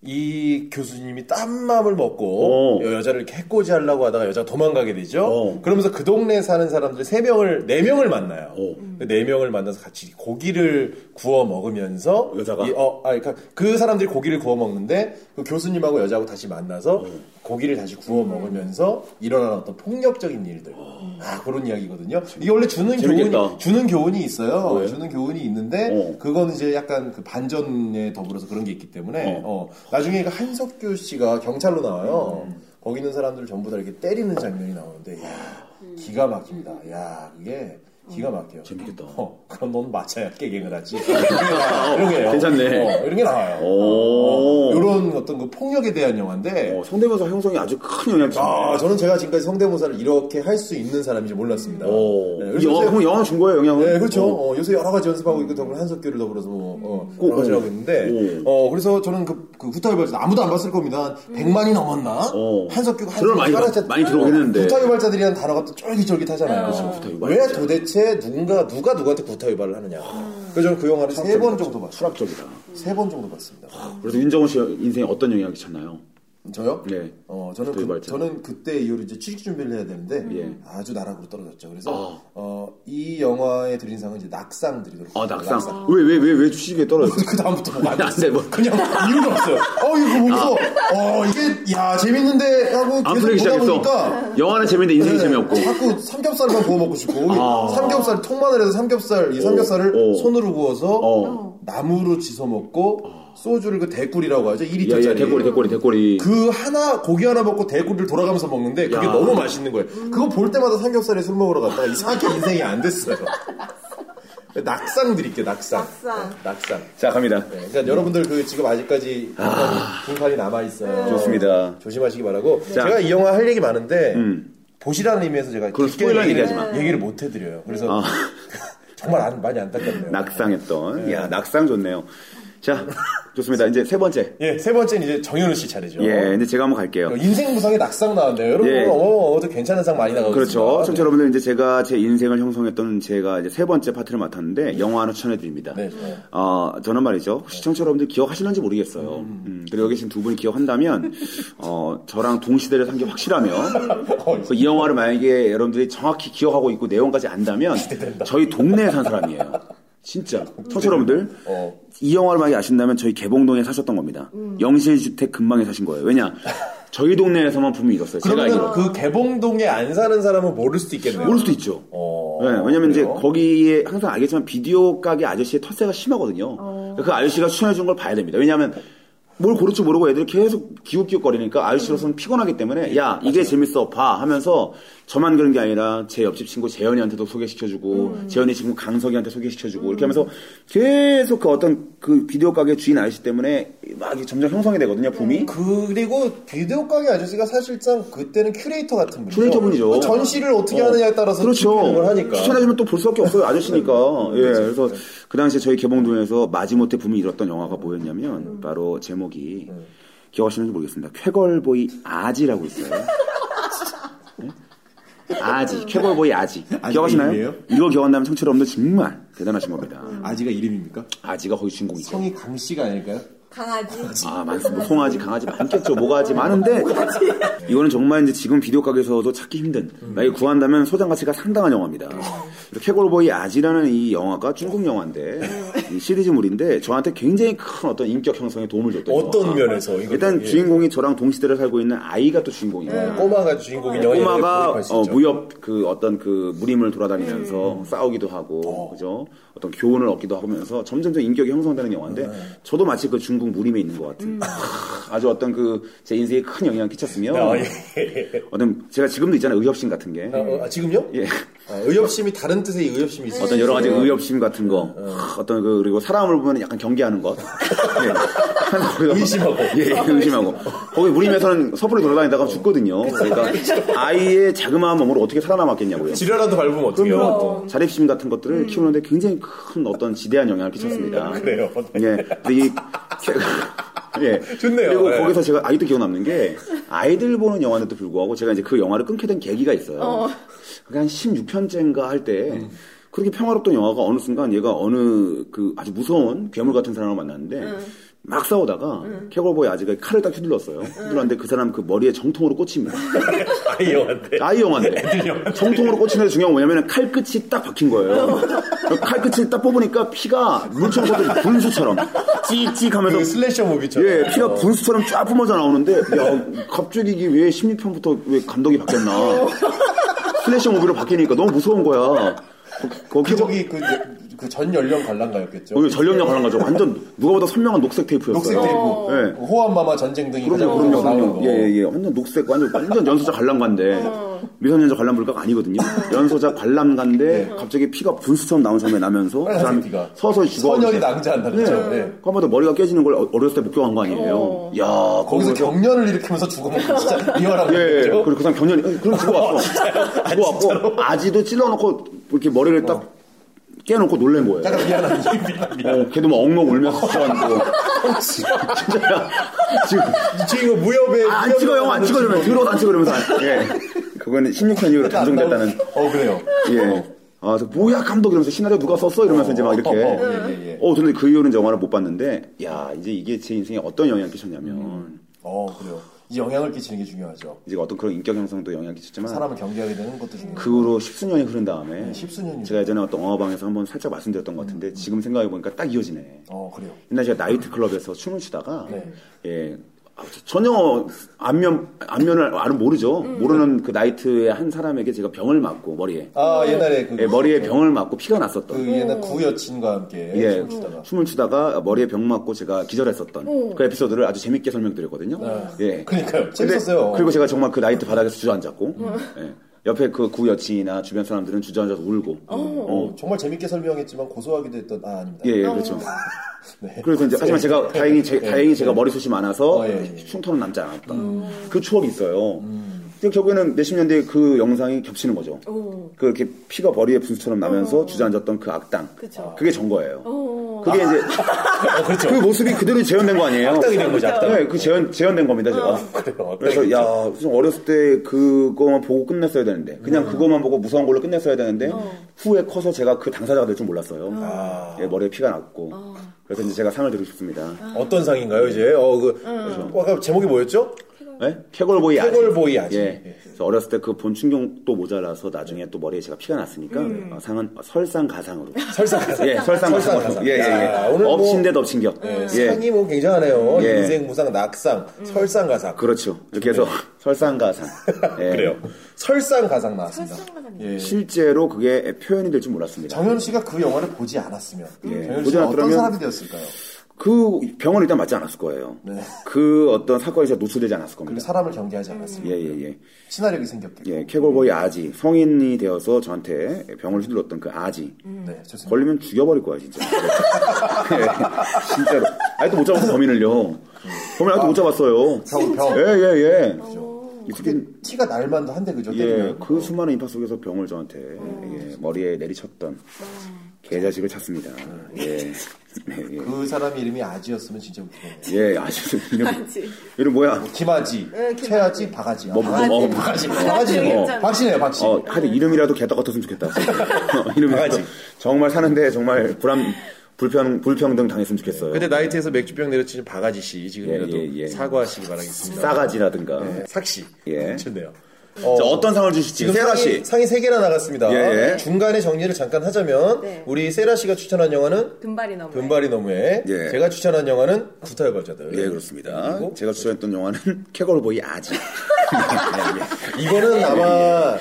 Speaker 2: 이 교수님이 땀맘을 먹고
Speaker 1: 어.
Speaker 2: 여- 여자를 이렇게 해코지하려고 하다가 여자가 도망가게 되죠.
Speaker 1: 어.
Speaker 2: 그러면서 그 동네에 사는 사람들 세명을네명을 만나요.
Speaker 1: 어.
Speaker 2: 네명을 만나서 같이 고기를 구워 먹으면서
Speaker 1: 여자가?
Speaker 2: 이- 어, 아, 그러니까 그 사람들이 고기를 구워 먹는데 그 교수님하고 여자하고 다시 만나서
Speaker 1: 어.
Speaker 2: 고기를 다시 구워 먹으면서 일어나는 어떤 폭력적인 일들. 아, 그런 이야기거든요. 이게 원래 주는
Speaker 1: 재밌겠다. 예.
Speaker 2: 교훈이, 주는 교훈이 있어요. 주는 교훈이 있는데
Speaker 1: 어.
Speaker 2: 그거는 이제 약간 그 반전에 더불어서 그런 게 있기 때문에 어. 나중에 그 한석규 씨가 경찰로 나와요. 거기 있는 사람들 전부 다 이렇게 때리는 장면이 나오는데 야, 기가 막힙니다. 야, 그게 기가 막혀요.
Speaker 1: 재밌겠다.
Speaker 2: 어, 그럼 넌 맞아야 깨갱을 하지. 이런 게 나와요. 이런 게요.
Speaker 1: 어, 괜찮네.
Speaker 2: 어, 이런 게 나와요.
Speaker 1: 오.
Speaker 2: 이런 어떤 그 폭력에 대한 영화인데
Speaker 1: 어, 성대모사 형성이 아주 큰 영향을
Speaker 2: 아,
Speaker 1: 줬네.
Speaker 2: 저는 제가 지금까지 성대모사를 이렇게 할 수 있는 사람인지 몰랐습니다.
Speaker 1: 오.
Speaker 2: 네,
Speaker 1: 어. 이 영화,
Speaker 2: 요새-
Speaker 1: 그럼 영화 준 거예요, 영향을?
Speaker 2: 네, 그렇죠.
Speaker 1: 어.
Speaker 2: 어, 요새 여러 가지 연습하고 있고 더불어 한석규를 더불어서 뭐, 어,
Speaker 1: 오,
Speaker 2: 여러 가지
Speaker 1: 오.
Speaker 2: 하고 있는데,
Speaker 1: 네. 오. 음.
Speaker 2: 어, 그래서 저는 그, 그 구타유발자 아무도 안 봤을 겁니다. 한 100만이 넘었나?
Speaker 1: 어.
Speaker 2: 한석규가 네.
Speaker 1: 들어 많이 봤- 많이 들어오긴 했는데. 그렇죠,
Speaker 2: 구타유발자들이라는 단어가 또 쫄깃쫄깃하잖아요.
Speaker 1: 구타유발자.
Speaker 2: 왜 도대체 누군가, 누가 누구한테 구타유발을 하느냐.
Speaker 1: 음.
Speaker 2: 그래서 저는 그 영화를 세 번 정도 봤어요.
Speaker 1: 수락적이다.
Speaker 2: 세 번 정도 봤습니다.
Speaker 1: 그래서 윤정훈 씨 인생에 어떤 영향을 끼쳤나요?
Speaker 2: 저요?
Speaker 1: 네.
Speaker 2: 어, 저는 그,
Speaker 1: 구타유발자.
Speaker 2: 저는 그때 이후로 이제 취직 준비를 해야 되는데
Speaker 1: 예.
Speaker 2: 아주 나락으로 떨어졌죠. 그래서
Speaker 1: 아.
Speaker 2: 어, 이 영화에 드린 상은 이제 낙상 드리도록
Speaker 1: 아,
Speaker 2: 하겠습니다.
Speaker 1: 낙상. 왜, 왜, 왜, 왜 주식에 떨어졌어?
Speaker 2: 그 다음부터 뭐안
Speaker 1: 안 돼, 뭐.
Speaker 2: 그냥 이유가 없어요. 어 이거 보면서 어 이게 야 재밌는데 하고
Speaker 1: 아. 안
Speaker 2: 계속
Speaker 1: 풀리기
Speaker 2: 보다
Speaker 1: 시작했어.
Speaker 2: 보니까
Speaker 1: 영화는 재밌는데 인생이
Speaker 2: 네,
Speaker 1: 재미없고. 아.
Speaker 2: 자꾸 삼겹살만 구워 먹고 싶고 삼겹살 통마늘 해서 삼겹살 이 삼겹살을
Speaker 1: 오.
Speaker 2: 손으로 구워서
Speaker 1: 어. 아.
Speaker 2: 나무로 지서 먹고 소주를 그 대꿀이라고 하죠
Speaker 1: 야,
Speaker 2: 2리터짜리
Speaker 1: 야, 대꼬리, 대꼬리, 대꼬리.
Speaker 2: 그 하나 고기 하나 먹고 대구를 돌아가면서 먹는데 그게
Speaker 1: 야.
Speaker 2: 너무 맛있는 거예요. 그거 볼 때마다 삼겹살에 술 먹으러 갔다가 이상하게 인생이 안 됐어요. 낙상 드릴게요. 낙상.
Speaker 3: 낙상.
Speaker 2: 낙상.
Speaker 1: 자, 갑니다.
Speaker 2: 네, 그러니까 여러분들 그 지금 아직까지 분판이 남아 있어요.
Speaker 1: 좋습니다.
Speaker 2: 조심하시기 바라고.
Speaker 1: 자. 음.
Speaker 2: 제가 이 영화 할 얘기 많은데 보시라는 의미에서 제가
Speaker 1: 그건
Speaker 2: 깊게
Speaker 1: 스포일러
Speaker 2: 얘기를,
Speaker 1: 얘기하지 마. 어.
Speaker 2: 얘기를 못 해드려요. 그래서 정말 안- 많이 안타깝네요.
Speaker 1: 낙상했던. 야, 낙상 좋네요. 자, 좋습니다. 이제 세 번째.
Speaker 2: 예, 세 번째는 이제 정현우 씨 차례죠.
Speaker 1: 예, 이제 제가 한번 갈게요.
Speaker 2: 인생 무상의 낙상 나왔네요. 여러분,
Speaker 1: 예.
Speaker 2: 어, 어, 어제 괜찮은 상 많이 나가고
Speaker 1: 그렇죠.
Speaker 2: 있습니다.
Speaker 1: 청취자 여러분들, 이제 제가 제 인생을 형성했던 제가 이제 세 번째 파트를 맡았는데, 영화 하나 추천해드립니다.
Speaker 2: 네, 좋아요.
Speaker 1: 어, 저는 말이죠. 혹시 청취자 여러분들 기억하시는지 모르겠어요. 음, 그리고 여기 계신 두 분이 기억한다면, 어, 저랑 동시대를 산 게 확실하면,
Speaker 2: 어,
Speaker 1: 그이 영화를 만약에 여러분들이 정확히 기억하고 있고 내용까지 안다면, 저희 동네에 산 사람이에요. 진짜. 청취자 여러분들,
Speaker 2: 어.
Speaker 1: 이 영화를 만약에 아신다면 저희 개봉동에 사셨던 겁니다. 영실주택 근방에 사신 거예요. 왜냐? 저희 동네에서만 분명히 있었어요. 제가 알기로.
Speaker 2: 그러면 그 개봉동에 안 사는 사람은 모를 수도 있겠네요.
Speaker 1: 모를 수도 있죠.
Speaker 2: 어,
Speaker 1: 네, 왜냐면 이제
Speaker 2: 그래요?
Speaker 1: 거기에 항상 그러니까 알겠지만 비디오 가게 아저씨의 텃세가 심하거든요. 그 아저씨가 추천해준 걸 봐야 됩니다. 왜냐하면 뭘 고를지 모르고 애들이 계속 기웃기웃거리니까 아저씨로서는 피곤하기 때문에 야
Speaker 2: 네,
Speaker 1: 이게 재밌어 봐 하면서 저만 그런 게 아니라 제 옆집 친구 재현이한테도 소개시켜주고 재현이 친구 강석이한테 소개시켜주고 이렇게 하면서 계속 그 어떤 그 비디오 가게 주인 아저씨 때문에 막 이게 점점 형성이 되거든요 붐이
Speaker 2: 그리고 비디오 가게 아저씨가 사실상 그때는 큐레이터 같은 분이죠.
Speaker 1: 큐레이터 분이죠.
Speaker 2: 그 전시를 어떻게
Speaker 1: 어.
Speaker 2: 하느냐에 따라서
Speaker 1: 그렇죠.
Speaker 2: 준비하는 걸 하니까. 네.
Speaker 1: 추천해주면 또 볼 수밖에 없어요 아저씨니까. 예, 그래서 그 당시에 저희 개봉동에서 마지못해 붐이 일었던 영화가 뭐였냐면 바로 제목이
Speaker 2: 네.
Speaker 1: 기억하시는지 모르겠습니다. 쾌걸보이 아지라고 있어요. 예? 아지, 쾌걸보이 아지.
Speaker 4: 아지가
Speaker 1: 기억하시나요?
Speaker 4: 이름이에요?
Speaker 1: 이걸 기억한다면 청취자 여러분들 정말 대단하신 겁니다.
Speaker 4: 아지가 이름입니까?
Speaker 1: 아지가 거기 주인공이죠.
Speaker 2: 성이 강씨가 아닐까요?
Speaker 3: 강아지.
Speaker 1: 아, 많습니다. 뭐 송아지, 강아지 많겠죠. 모가지 많은데 이거는 정말 이제 지금 비디오 가게에서도 찾기 힘든 만약에 구한다면 소장 가치가 상당한 영화입니다. 그래서 캐골보이 아지라는 이 영화가 중국 영화인데 이 시리즈물인데 저한테 굉장히 큰 어떤 인격 형성에 도움을 줬던
Speaker 2: 어떤
Speaker 1: 영화.
Speaker 2: 면에서 이거
Speaker 1: 일단
Speaker 2: 예.
Speaker 1: 주인공이 저랑 동시대를 살고 있는 아이가 또 주인공이에요.
Speaker 2: 꼬마가 주인공인 영화에
Speaker 1: 꼬마가
Speaker 2: 돌입할 수
Speaker 1: 어,
Speaker 2: 있죠.
Speaker 1: 무협 그 어떤 그 무림을 돌아다니면서 싸우기도 하고 그죠 어떤 교훈을 얻기도 하면서 점점점 인격이 형성되는 영화인데
Speaker 2: 네.
Speaker 1: 저도 마치 그 중국 무림에 있는 것 같은 하, 아주 어떤 그 제 인생에 큰 영향을 끼쳤으며
Speaker 2: 아, 예.
Speaker 1: 어떤 제가 지금도 있잖아요 의협심 같은 게
Speaker 2: 아, 어, 아, 지금요?
Speaker 1: 예.
Speaker 2: 아, 의협심이 다른 뜻의 의협심이 있어요.
Speaker 1: 어떤 여러 가지 의협심 같은 거
Speaker 2: 네.
Speaker 1: 하, 어떤 그 그리고 사람을 보면 약간 경계하는 것 예.
Speaker 2: 의심하고. 어.
Speaker 1: 예, 예, 의심하고. 거기 무림에서는 섣불리 돌아다니다가 죽거든요. 그러니까 아이의 자그마한 몸으로 어떻게 살아남았겠냐고요.
Speaker 2: 지뢰라도 밟으면 어떻게요?
Speaker 1: 어, 자립심 같은 것들을 키우는데 굉장히 큰 어떤 지대한 영향을 끼쳤습니다.
Speaker 2: 음. 그래요.
Speaker 1: 예. 근데 이 예.
Speaker 2: 좋네요.
Speaker 1: 그리고
Speaker 2: 예.
Speaker 1: 거기서 제가 아직도 기억 남는 게 아이들 보는 영화인데도 불구하고 제가 이제 그 영화를 끊게 된 계기가 있어요. 그게 한 16편째인가 할 때 그렇게 평화롭던 영화가 어느 순간 얘가 어느 그 아주 무서운 괴물 같은 사람을 만났는데
Speaker 2: 음.
Speaker 1: 막 싸우다가 캐골보이 아지가 칼을 딱 휘둘렀어요.
Speaker 2: 음.
Speaker 1: 휘둘렀는데 그 사람 그 머리에 정통으로 꽂힙니다.
Speaker 2: 아이 영화인데.
Speaker 1: 아이 영화인데 정통으로 꽂히는 데 중요한 건 뭐냐면 칼끝이 딱 박힌
Speaker 2: 어.
Speaker 1: 거예요. 그 칼끝을 딱 뽑으니까 피가 물총포들 분수처럼 찌익찌익
Speaker 2: 그
Speaker 1: 하면서
Speaker 2: 슬래셔 무비처럼.
Speaker 1: 예, 피가 분수처럼 쫙 뿜어져 나오는데 야, 갑자기 이게 왜 16편부터 왜 감독이 바뀌었나 슬래셔 무비로 바뀌니까 너무 무서운 거야 거-
Speaker 2: 그
Speaker 1: 거기
Speaker 2: 저기 그 전 연령 관람가였겠죠.
Speaker 1: 거기 전력량 가는 거죠 완전 누가 보다 선명한 녹색 테이프였어요
Speaker 2: 녹색 테이프.
Speaker 1: 예.
Speaker 2: 호환마마 전쟁 등이 가장
Speaker 1: 그럼요,
Speaker 2: 먼저
Speaker 1: 그럼요,
Speaker 2: 나오는
Speaker 1: 그럼요.
Speaker 2: 거.
Speaker 1: 예, 어. 예, 완전 녹색, 완전, 완전 연소자 관람가인데, 미성년자 관람불가가 아니거든요. 연소자 관람가인데, 갑자기 피가 분수처럼 나온 장면이 나면서, 그
Speaker 2: 빨간색
Speaker 1: 사람이
Speaker 2: 피가.
Speaker 1: 서서히 죽어.
Speaker 2: 선열이 낭자한다 그랬죠. 예.
Speaker 1: 한번더 머리가 깨지는 걸 어- 어렸을 때 목격한 거 아니에요. 야
Speaker 2: 거기서
Speaker 1: 그거-
Speaker 2: 경련을 일으키면서 죽어먹고 진짜 리얼한
Speaker 1: 예,
Speaker 2: 거죠.
Speaker 1: 그리고 그 사람 경련이, 어, 그럼 죽어왔어.
Speaker 2: 아,
Speaker 1: 죽어왔고, 아지도 찔러놓고, 이렇게 머리를 딱
Speaker 2: 어.
Speaker 1: 깨놓고 놀란 거예요.
Speaker 2: 약간 미안한 얘기입니다. 미안.
Speaker 1: 어, 걔도 막 엉엉 울면서 죽어왔고. 진짜야. 지금.
Speaker 2: 지금 무협에
Speaker 1: 안 찍어 영화 안 찍어 그러면 들어도 안 찍어 그러면서 안- 예 그거는 16편 이후로 감정됐다는
Speaker 2: 어 그래요.
Speaker 1: 예 아, 그래서 뭐야 감독 이러면서 시나리오 누가 썼어 이러면서 이제 막 이렇게
Speaker 2: 어, 어, 예, 예, 예.
Speaker 1: 어 근데 그 이후로는 영화를 못 봤는데 야 이제 이게 제 인생에 어떤 영향을 끼쳤냐면
Speaker 2: 어 그래요. 이 영향을 끼치는 게 중요하죠.
Speaker 1: 이제 어떤 그런 인격 형성도 영향을 끼쳤지만
Speaker 2: 사람을 경계하게 되는 것도 중요해요.
Speaker 1: 그 후로 십수년이 흐른 다음에
Speaker 2: 십수년이죠.
Speaker 1: 제가 예전에 어떤 영화방에서 한번 살짝 말씀드렸던 것 같은데 지금 생각해 보니까 딱 이어지네
Speaker 2: 어 그래요.
Speaker 1: 옛날 제가 나이트클럽에서 춤을 추다가
Speaker 2: 네.
Speaker 1: 예 아, 전혀 안면 안면을 아는 모르죠
Speaker 2: 음.
Speaker 1: 모르는 그 나이트의 한 사람에게 제가 병을 맞고 머리에
Speaker 2: 아 옛날에 그,
Speaker 1: 예, 머리에 병을 맞고 피가 났었던
Speaker 2: 그 옛날 구 여친과 함께
Speaker 1: 예,
Speaker 2: 춤을 추다가 음.
Speaker 1: 춤을 추다가 머리에 병 맞고 제가 기절했었던 그 에피소드를 아주 재밌게 설명드렸거든요. 예.
Speaker 2: 네. 그러니까요.
Speaker 1: 근데-
Speaker 2: 재밌었어요. 음.
Speaker 1: 그리고 제가 정말 그 나이트 바닥에서 주저앉았고, 예. 옆에 그 구 여친이나 주변 사람들은 주저앉아서 울고,
Speaker 2: 어, 정말 재밌게 설명했지만 고소하기도 했던 아 아닙니다.
Speaker 1: 예, 예, 그렇죠. 그래서 이제 하지만 제가 다행히 제, 다행히 제가 머리숱이 많아서
Speaker 2: 네. 어, 예, 음. 예.
Speaker 1: 흉터는 남지 않았다. 그 추억이 있어요. 근데 결국에는 몇십 년 뒤에 그 영상이 겹치는 거죠.
Speaker 3: 오.
Speaker 1: 그렇게 피가 머리에 분수처럼
Speaker 2: 어.
Speaker 1: 나면서 주저앉았던 그 악당.
Speaker 3: 그쵸.
Speaker 1: 그게 전 거예요.
Speaker 3: 어.
Speaker 1: 그게 이제
Speaker 2: 어, 그렇죠.
Speaker 1: 그 모습이 그대로 재현된 거 아니에요?
Speaker 2: 악당이 된 거죠, 악당. 어.
Speaker 1: 네, 그 재현 재현된 겁니다, 제가.
Speaker 2: 그래요,
Speaker 1: 그래서
Speaker 2: 악당이
Speaker 1: 야, 좀 어렸을 때 그거만 보고 끝냈어야 되는데 그냥
Speaker 2: 음.
Speaker 1: 그거만 보고 무서운 걸로 끝냈어야 되는데 후에 커서 제가 그 당사자가 될 줄 몰랐어요. 예, 머리에 피가 났고.
Speaker 2: 어.
Speaker 1: 그래서 이제 제가 상을 드리고 싶습니다.
Speaker 2: 어떤 상인가요 이제? 어그 아까 제목이 뭐였죠?
Speaker 1: 예? 캐골보이 아지.
Speaker 2: 캐골보이 아지.
Speaker 1: 예. 그래서 어렸을 때 그 본 충격도 모자라서 나중에 또 머리에 제가 피가 났으니까 어, 상은 설상가상으로.
Speaker 2: 음. 설상가상.
Speaker 1: 예, 설상가상으로.
Speaker 2: 설상가상.
Speaker 1: 예, 예, 예.
Speaker 2: 야, 오늘 뭐-
Speaker 1: 엎친 데 덮친 격.
Speaker 2: 예, 상이 뭐 굉장하네요.
Speaker 1: 예.
Speaker 2: 인생 무상 낙상 설상가상.
Speaker 1: 그렇죠. 이렇게 해서 설상가상. 예.
Speaker 2: 그래요. 설상가상 나왔습니다.
Speaker 3: 설상가상이요?
Speaker 2: 예.
Speaker 1: 실제로 그게 표현이 될 줄 몰랐습니다.
Speaker 2: 정현 씨가 그 영화를 보지 않았으면 정현
Speaker 1: 보지
Speaker 2: 씨는 어떤
Speaker 1: 않았더라면-
Speaker 2: 사람이 되었을까요?
Speaker 1: 그 병원 일단 맞지 않았을 거예요.
Speaker 2: 네.
Speaker 1: 그 어떤 사건에 서 노출되지 않았을
Speaker 2: 그리고
Speaker 1: 겁니다.
Speaker 2: 사람을 경계하지 않았습니다.
Speaker 1: 예, 예, 예.
Speaker 2: 친화력이 생겼겠고.
Speaker 1: 예, 캐골보이 아지. 성인이 되어서 저한테 병을 휘둘렀던 그 아지.
Speaker 2: 네, 좋습니다.
Speaker 1: 걸리면 죽여버릴 거야, 진짜. 예, 진짜로. 아직도 못 잡아서 범인을요. 범인 아직도 못 잡았어요.
Speaker 2: 병, 병.
Speaker 1: 예, 예, 예.
Speaker 2: 아. 그죠.
Speaker 1: 이
Speaker 2: 그렇죠. 그게
Speaker 1: 새끼는
Speaker 2: 티가 날만도 한데 그죠?
Speaker 1: 예,
Speaker 2: 때리면.
Speaker 1: 그 수많은 인파 속에서 병을 저한테
Speaker 2: 음.
Speaker 1: 예, 머리에 내리쳤던 개자식을 찾습니다.
Speaker 2: 음.
Speaker 1: 예. 네, 예.
Speaker 2: 그 사람 이름이 아지였으면 진짜 웃기겠네요.
Speaker 1: 예, 아주 이름,
Speaker 3: 맞지.
Speaker 1: 이름 뭐야?
Speaker 2: 김아지,
Speaker 3: 네, 김아지.
Speaker 2: 최아지, 바가지.
Speaker 1: 뭐,
Speaker 2: 아,
Speaker 1: 뭐, 어,
Speaker 2: 바가지.
Speaker 3: 바가지.
Speaker 2: 바가지. 뭐.
Speaker 3: 바가지.
Speaker 2: 박씨네요, 박씨.
Speaker 1: 어, 하여튼 이름이라도 개떡 같았으면 좋겠다. 어, 이름이라도 정말 사는데 정말 불안 불평 불평등 당했으면 좋겠어요.
Speaker 4: 근데 나이트에서 맥주병 내려치는 바가지 씨 지금이라도
Speaker 1: 예, 예, 예.
Speaker 4: 사과하시기 바라겠습니다.
Speaker 1: 싸가지라든가.
Speaker 4: 삭시.
Speaker 1: 예.
Speaker 4: 미쳤네요.
Speaker 2: 어,
Speaker 1: 자, 어떤 상을 주실지
Speaker 2: 네. 지금
Speaker 1: 세라 씨.
Speaker 2: 상이, 상이 3개나 나갔습니다.
Speaker 1: 예, 예.
Speaker 2: 중간에 정리를 잠깐 하자면,
Speaker 3: 네.
Speaker 2: 우리 세라 씨가 추천한 영화는
Speaker 3: 금발이 너무.
Speaker 2: 분발이 너무해.
Speaker 1: 예.
Speaker 2: 제가 추천한 영화는 구타여발자들.
Speaker 1: 예, 그렇습니다.
Speaker 2: 그리고
Speaker 1: 제가 추천했던 영화는 캐걸보이 아지.
Speaker 4: 예,
Speaker 2: 이거는 아마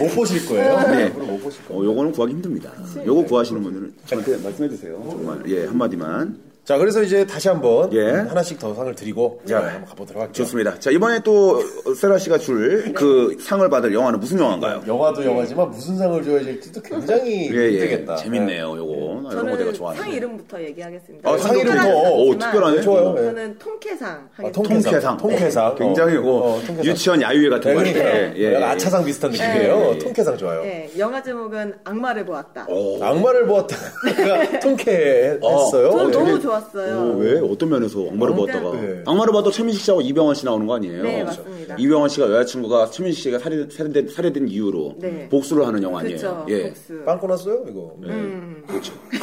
Speaker 2: 못 보실 거예요. 앞으로 못 보실 거예요.
Speaker 1: 어, 요거는 구하기 힘듭니다. 요거 구하시는 분들은 저한테 말씀해 주세요. 정말 예, 한마디만.
Speaker 2: 자, 그래서 이제 다시 한번
Speaker 1: 예.
Speaker 2: 하나씩 더 상을 드리고 자, 한번 가보도록 할게요.
Speaker 1: 좋습니다. 자, 이번에 또 세라 씨가 줄 그 상을 받을 영화는 무슨 영화인가요?
Speaker 2: 영화도 영화지만 무슨 상을 줘야 될지도 굉장히
Speaker 1: 예, 예.
Speaker 2: 네. 힘들겠다.
Speaker 1: 재밌네요, 요거. 나 이런 거 내가
Speaker 3: 저는
Speaker 1: 좋아하는.
Speaker 3: 상 이름부터 얘기하겠습니다.
Speaker 1: 아,
Speaker 2: 어,
Speaker 1: 상 이름부터.
Speaker 3: 특별한
Speaker 1: 오,
Speaker 3: 상이지만
Speaker 1: 특별하네.
Speaker 2: 좋아요. 예.
Speaker 3: 저는 통쾌상
Speaker 2: 아,
Speaker 3: 하겠습니다.
Speaker 2: 통쾌상.
Speaker 1: 통쾌상.
Speaker 2: 통쾌상.
Speaker 1: 예. 굉장히
Speaker 2: 어.
Speaker 1: 뭐
Speaker 2: 어, 통쾌상.
Speaker 1: 유치원 야유회 같은
Speaker 2: 네,
Speaker 1: 거.
Speaker 2: 그러니까
Speaker 1: 예, 예, 예.
Speaker 2: 아차상 비슷한 느낌이에요.
Speaker 1: 예, 예.
Speaker 2: 통쾌상 좋아요.
Speaker 3: 네, 영화 제목은 악마를 보았다.
Speaker 1: 오.
Speaker 2: 악마를 보았다가 통쾌했어요.
Speaker 3: 예. 저는
Speaker 2: 예.
Speaker 3: 너무 좋았어요.
Speaker 1: 오, 왜? 어떤 면에서 악마를
Speaker 3: 어,
Speaker 1: 보았다가?
Speaker 2: 네.
Speaker 1: 악마를 봐도 최민식 씨하고 이병헌 씨 나오는 거 아니에요?
Speaker 3: 네, 맞습니다.
Speaker 1: 이병헌 씨가 여자친구가 최민식 씨가 살해, 살해된, 살해된 이유로
Speaker 3: 네.
Speaker 1: 복수를 하는 영화 아니에요?
Speaker 3: 그렇죠.
Speaker 1: 예.
Speaker 3: 복수.
Speaker 2: 빵꾸 났어요 이거.
Speaker 3: 음.
Speaker 2: 그렇죠.